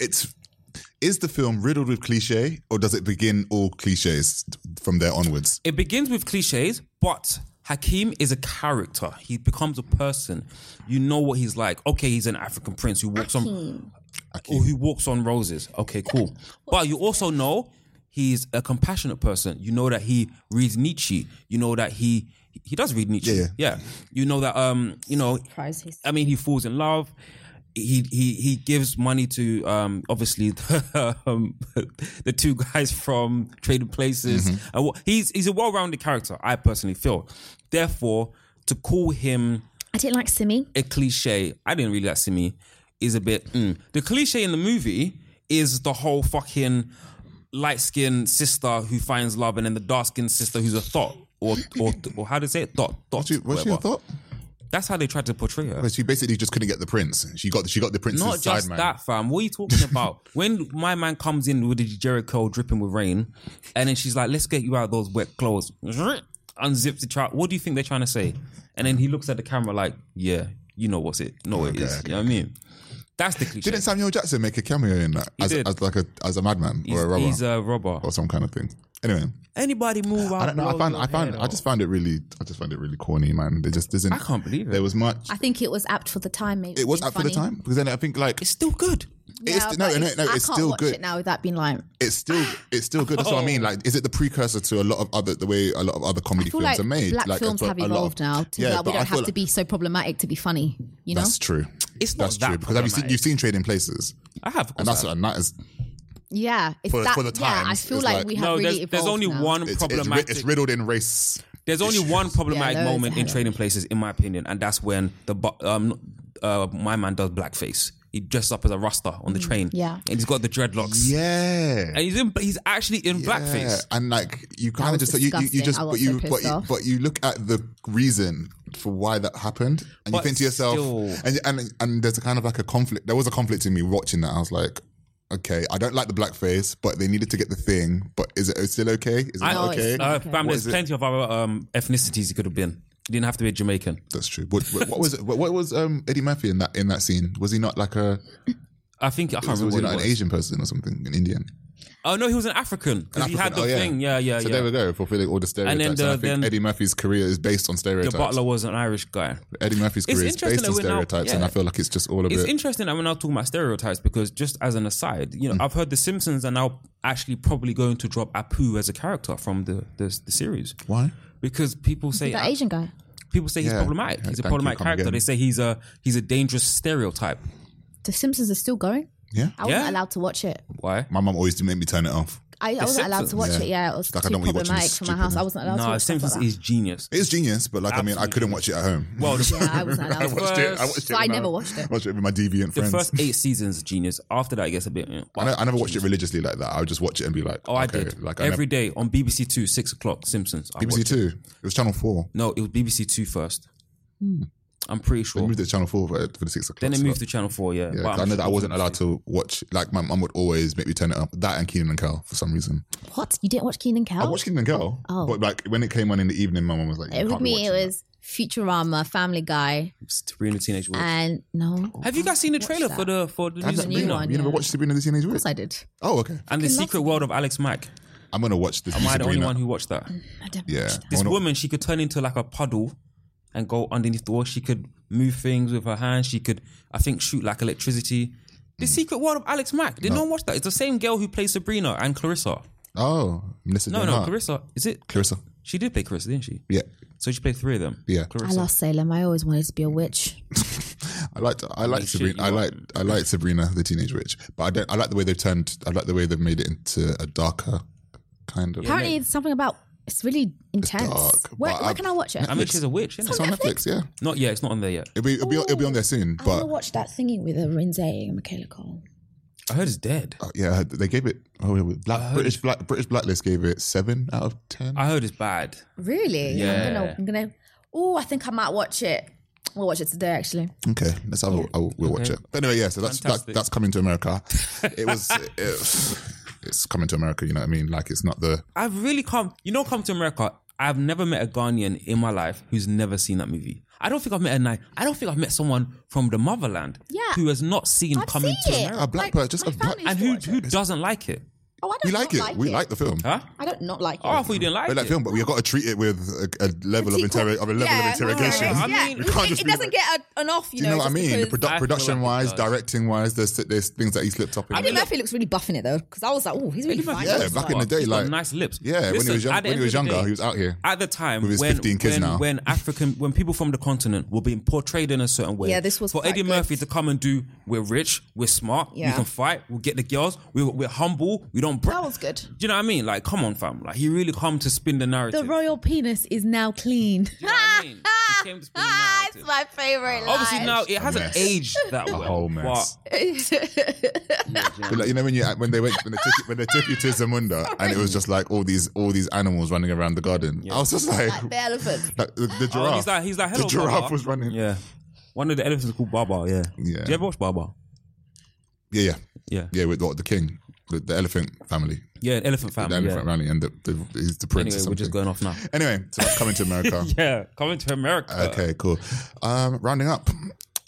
it's is the film riddled with cliche or does it begin all cliches from there onwards?
It begins with cliches, but Hakim is a character. He becomes a person. You know what he's like. Okay, he's an African prince who walks on, or who walks on roses. Okay, cool. but you also know he's a compassionate person. You know that he reads Nietzsche. You know that he he does read Nietzsche.
Yeah,
yeah. You know that um you know I mean, he falls in love. He he he gives money to um obviously the, um, the two guys from Trading Places.
Mm-hmm.
And wha- he's he's a well-rounded character. I personally feel. Therefore, to call him
I didn't like Simi.
a cliche, I didn't really like Simi. Is a bit mm. the cliche in the movie is the whole fucking light skinned sister who finds love, and then the dark skinned sister who's a thought or or or how do you say it? Dot dot.
What's your, what's your
whatever.
thought?
That's how they tried to portray her.
But she basically just couldn't get the prince. She got she got the prince's
Not
side
just
man.
that, fam. What are you talking about? when my man comes in with the Jericho dripping with rain, and then she's like, "Let's get you out of those wet clothes." Unzips the trap. What do you think they're trying to say? And then he looks at the camera like, "Yeah, you know what's it? No, it is. You know what I mean? That's the cliche.
Didn't Samuel Jackson make a cameo in that as,
did.
as like a as a madman
he's,
or a robber
he's a robber.
or some kind of thing? Anyway,
Anybody move
Oh,
out?
I don't know. I
blow
found
your
I found
head
I just found it really I just found it really corny, man. It just isn't.
off. I can't believe it.
There was much.
I think it was apt for the time. Maybe
It was
being
up for the
funny.
time because then I think like
it's still good.
it's, no,
but
no, no,
I
it's
can't
still
watch
good.
it now without being like.
it's still it's still good. That's what I mean. Like, is it the precursor to a lot of other the way a lot of other comedy
Oh. I feel
films
like
are made?
black
like,
films
a-
have
a lot of-
evolved now to where
but
we
I
don't
feel
have to
like-
be so problematic to be funny. You know,
That's true.
It's not
That's
that
true because have you seen
problematic.
you've seen Trading Places?
I have. of
And
course
that's
I have.
and that is
yeah, it's
For-
that,
for the
yeah, I
times,
feel
it's
like,
like-
we have
No,
really
there's,
evolved.
there's only
now.
one
it's, it's, ri-
problematic.
it's riddled in race.
There's only
issues.
one problematic
Yeah, there is
moment in
hella.
Trading Places, in my opinion, and that's when the bu- um uh my man does blackface. He dresses up as a rasta on the train,
yeah.
and he's got the dreadlocks,
Yeah.
and he's in he's actually in
Yeah,
blackface.
and like you kind of
was
just you, you, you
disgusting.
just
I was
but
so
you but
pissed
you,
off.
but you look at the reason for why that happened, and
But
you think to yourself,
still-
and and and there's a kind of like a conflict. There was a conflict in me watching that. I was like. Okay, I don't like the blackface, but they needed to get the thing. But is it it's still okay? Is it
I-
not
No,
it's
okay?
Uh, fam,
What
there's
is it?
plenty of other um, ethnicities he could have been. He didn't have to be a Jamaican.
That's true. What, what, what was it? What, what was um, Eddie Murphy in that in that scene? Was he not like a
I think I can't
was, was he
remember. What
not
he was.
an Asian person or something? An Indian?
Oh no, he was an African
An
because he had
African?
the
Oh, yeah.
thing. Yeah, yeah,
So
yeah.
there we go, fulfilling all the
then
stereotypes. And
the-
I think
then-
Eddie Murphy's career is based on
the
stereotypes.
butler was an Irish guy.
Eddie Murphy's
It's
career is
interesting
based on
that we're now-
stereotypes, and
yeah.
I feel like it's just all of
It's
it.
interesting that we're now talking about stereotypes because just as an aside, you know,
Mm.
I've heard the Simpsons are now actually probably going to drop Apu as a character from the the, the series.
Why?
Because people say
That Asian guy.
people say he's
Yeah.
problematic.
Yeah,
He's a
thank you,
problematic
come
character.
again.
They say he's a he's a dangerous stereotype.
The Simpsons are still going.
Yeah.
I wasn't
Yeah.
allowed to watch it.
Why?
My mum always made me turn it off.
I, I wasn't allowed to
Simpsons?
watch
Yeah.
it. Yeah, it was
It's like, I
too
don't want you watching
problematic
this
for my house.
stupid-
I wasn't allowed to
No,
watch stuff
Simpsons
like
is genius.
It's genius, but like I mean, I
Absolutely.
couldn't watch it at home.
Well, the,
that. Yeah, I wasn't allowed.
I
to
watched
watch
it. I
first-
watched it.
So I
with my-
never watched it.
Watched it with my deviant
the
friends.
first eight seasons is genius. After that, it gets a bit. eh,
I, ne- I never watched it religiously like that. I would just watch it and be like,
Oh, I
okay,
did.
Like I
every day on BBC Two, six o'clock. Simpsons. I
never,
watched
BBC
it.
Two. It was Channel Four.
No, it was BBC Two first. I'm pretty sure.
They moved Hmm. it to Channel 4 for, for the 6 o'clock.
Then it
slot.
moved to Channel 4, yeah.
Yeah,
But
'cause
I'm
I know that I
sure-
wasn't allowed to watch. Like my mum would always make me turn it up. That and Keenan and Kel for some reason.
What? You didn't watch Keenan Kel?
I watched Keenan and Kel,
Oh.
but like when it came on in the evening, my mum was like,
It
you can't
would
be
me,
watching
it
that.
was Futurama, Family Guy,
Sabrina the Teenage Witch.
and no.
Have you guys seen the
Watch
trailer
that.
for the for the
I've not been
new Sabrina?
on.
one,
You never
yeah.
watched Sabrina the Teenage
Of
Witch?
course I did.
Oh, okay.
And the
Fucking love
Secret World of Alex Mack.
I'm gonna watch this.
Am
new
I the only
Sabrina.
one who watched that?
I don't
Yeah, I
This
wanna-
woman, she could turn into like a puddle and go underneath the wall. She could move things with her hands. She could, I think, shoot like electricity. The
Hmm.
Secret World of Alex Mack. Did no. one watch that? It's the same girl who plays Sabrina and Clarissa.
Oh, Melissa.
No,
Joan
no,
Hart.
Clarissa. Is it?
Clarissa.
She did play Clarissa, didn't she?
Yeah,
So she played three of them.
Yeah.
I
Clarissa.
lost Salem. I always wanted to be a witch.
I liked. I
mean,
liked
shit,
Sabrina.
you
I
are.
like. I like Sabrina the Teenage Witch, but I don't. I like the way they've turned. I like the way they've made it into a darker kind of.
Apparently, it's something about it's really intense.
dark,
where
but
where
I've-
can I watch it?
I mean, she's a witch, isn't
it's
it?
on Netflix. Yeah,
Not yet. It's not on there yet.
it'll be. It'll be. It'll be on there soon.
I want
But
to watch that thingy with Rinzai and Michaela Cole.
I heard it's dead.
uh, yeah, they gave it. Oh, it was Black, British Black, British Blacklist gave it seven out of ten.
I heard it's bad.
Really?
Yeah.
I'm gonna. I'm gonna oh, I think I might watch it. We'll watch it today, actually.
Okay, let's have. A, I'll, we'll watch
Okay.
it. But anyway, yeah. So that's that,
Fantastic.
that's coming to America. It was. it- it's coming to America. You know what I mean? Like it's not the.
I've really come, you know, come to America. I've never met a Ghanaian in my life who's never seen that movie. I don't think I've met a nine. I don't think I've met someone from the motherland
Yeah.
who has not seen
I've
coming
seen
to
it.
America
A black
Like,
person, just
my
a black.
family's
and who who doesn't like it,
Oh, I don't
We like it.
not like
we like the film.
huh?
I don't not like
Oh, I
it.
thought you didn't like
We like
it.
film, but we've got to treat it with a, a level of,
Critique
interro- of a level
Yeah,
of interrogation.
no, I mean-
We
yeah,
can't
it,
just
it
be
doesn't
like-
get a, an off, you
Do you know,
know.
what I
just
mean?
because-
I feel like it
production wise,
does.
directing wise, there's there's things that he slipped up in.
Eddie Murphy looks really buff in it though, because I was like, oh, he's really
Eddie
fine.
Murphy
yeah,
looks
back in
hot.
the day,
He's got
like
nice lips.
Yeah, when he was
Listen,
young,
at
when
the
he
end
was
of the
younger,
day-
he was out here.
At the time,
With his
when,
15 kids
when,
now.
when African, when people from the continent were being portrayed in a certain way.
Yeah, this was
for
quite
Eddie
good.
Murphy to come and do. We're rich, we're smart, we
Yeah.
can fight, we'll get the girls, we're, we're humble, we don't. Bra-
That was good.
Do you know what I mean? Like, come on, fam. Like, he really come to spin the narrative.
The royal penis is now clean.
Do you know what I mean? He came to spin the narrative.
Ah,
Uh,
It's my favorite.
Obviously, now it
A
hasn't
mess.
aged that well.
whole mess.
But,
But like, you know when you when they went when they took you, when they took you to Zamunda and it was just like all these all these animals running around the garden. I was just like,
the elephant.
like, the, the
oh,
giraffe.
he's like, he's like, hello,
the giraffe
Baba."
was running. Yeah.
Yeah. One of the elephants is called Baba. Yeah.
Yeah.
Do you ever watch Baba?
yeah, yeah,
Yeah.
With what the king, the, the elephant family,
Yeah, an elephant
the
family.
elephant
yeah.
family, and the, the he's the prince.
Anyway,
or
we're just
something.
going off now.
Anyway, so that's coming to America.
Yeah, coming to America.
Okay, cool. Um, rounding up.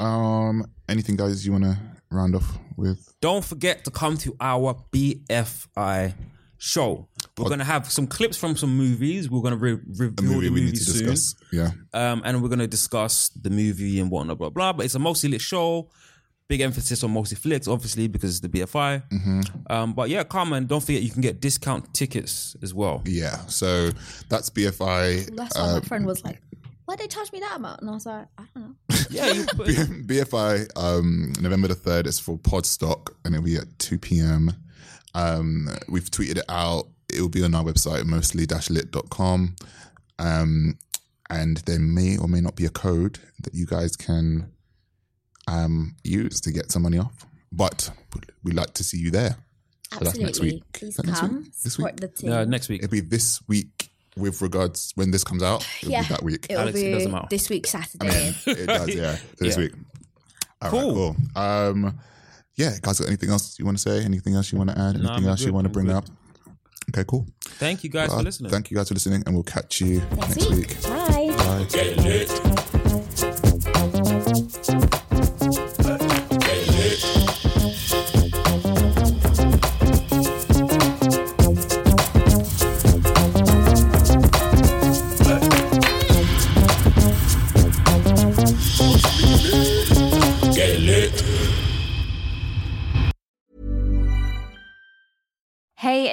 Um, anything, guys, you want to round off with?
Don't forget to come to our BFI show. We're going to have some clips from some movies. We're going to re- review
A movie
the
we
movie
need to
soon.
discuss. Yeah.
Um, and we're going to discuss the movie and whatnot, blah, blah. But it's a mostly lit show. Big emphasis on multi flicks, obviously, because it's the BFI. Um, but yeah, come and don't forget you can get discount tickets as well.
Yeah. So that's BFI.
That's why my friend was like, why'd they charge me that amount? And I was like, I don't know.
Yeah, you put,
BFI, um, November the 3rd is for Podstock and it'll be at 2 p.m. Um, we've tweeted it out. It will be on our website, mostly lit.com. Um, and there may or may not be a code that you guys can um, use to get some money off. But we'd like to see you there. So that's
Absolutely.
next week. Is
Please
that next
come.
week? This
Support
week?
the team.
uh, next week.
It'll be this week with regards when this comes out. It'll
Yeah.
be that week.
It'll
Alex, it
be
doesn't matter.
this week, Saturday.
It does, yeah. So This
Yeah.
week. All right,
Cool.
cool. Um, yeah, guys, got anything else you want to say? Anything else you want to add?
Nah,
Anything
I'm
else you
good,
want to
I'm
bring
good.
up? Okay, cool.
Thank you guys
Uh,
for listening.
Thank you guys for listening, and we'll catch you next, week.
Bye.
Bye.
Hey,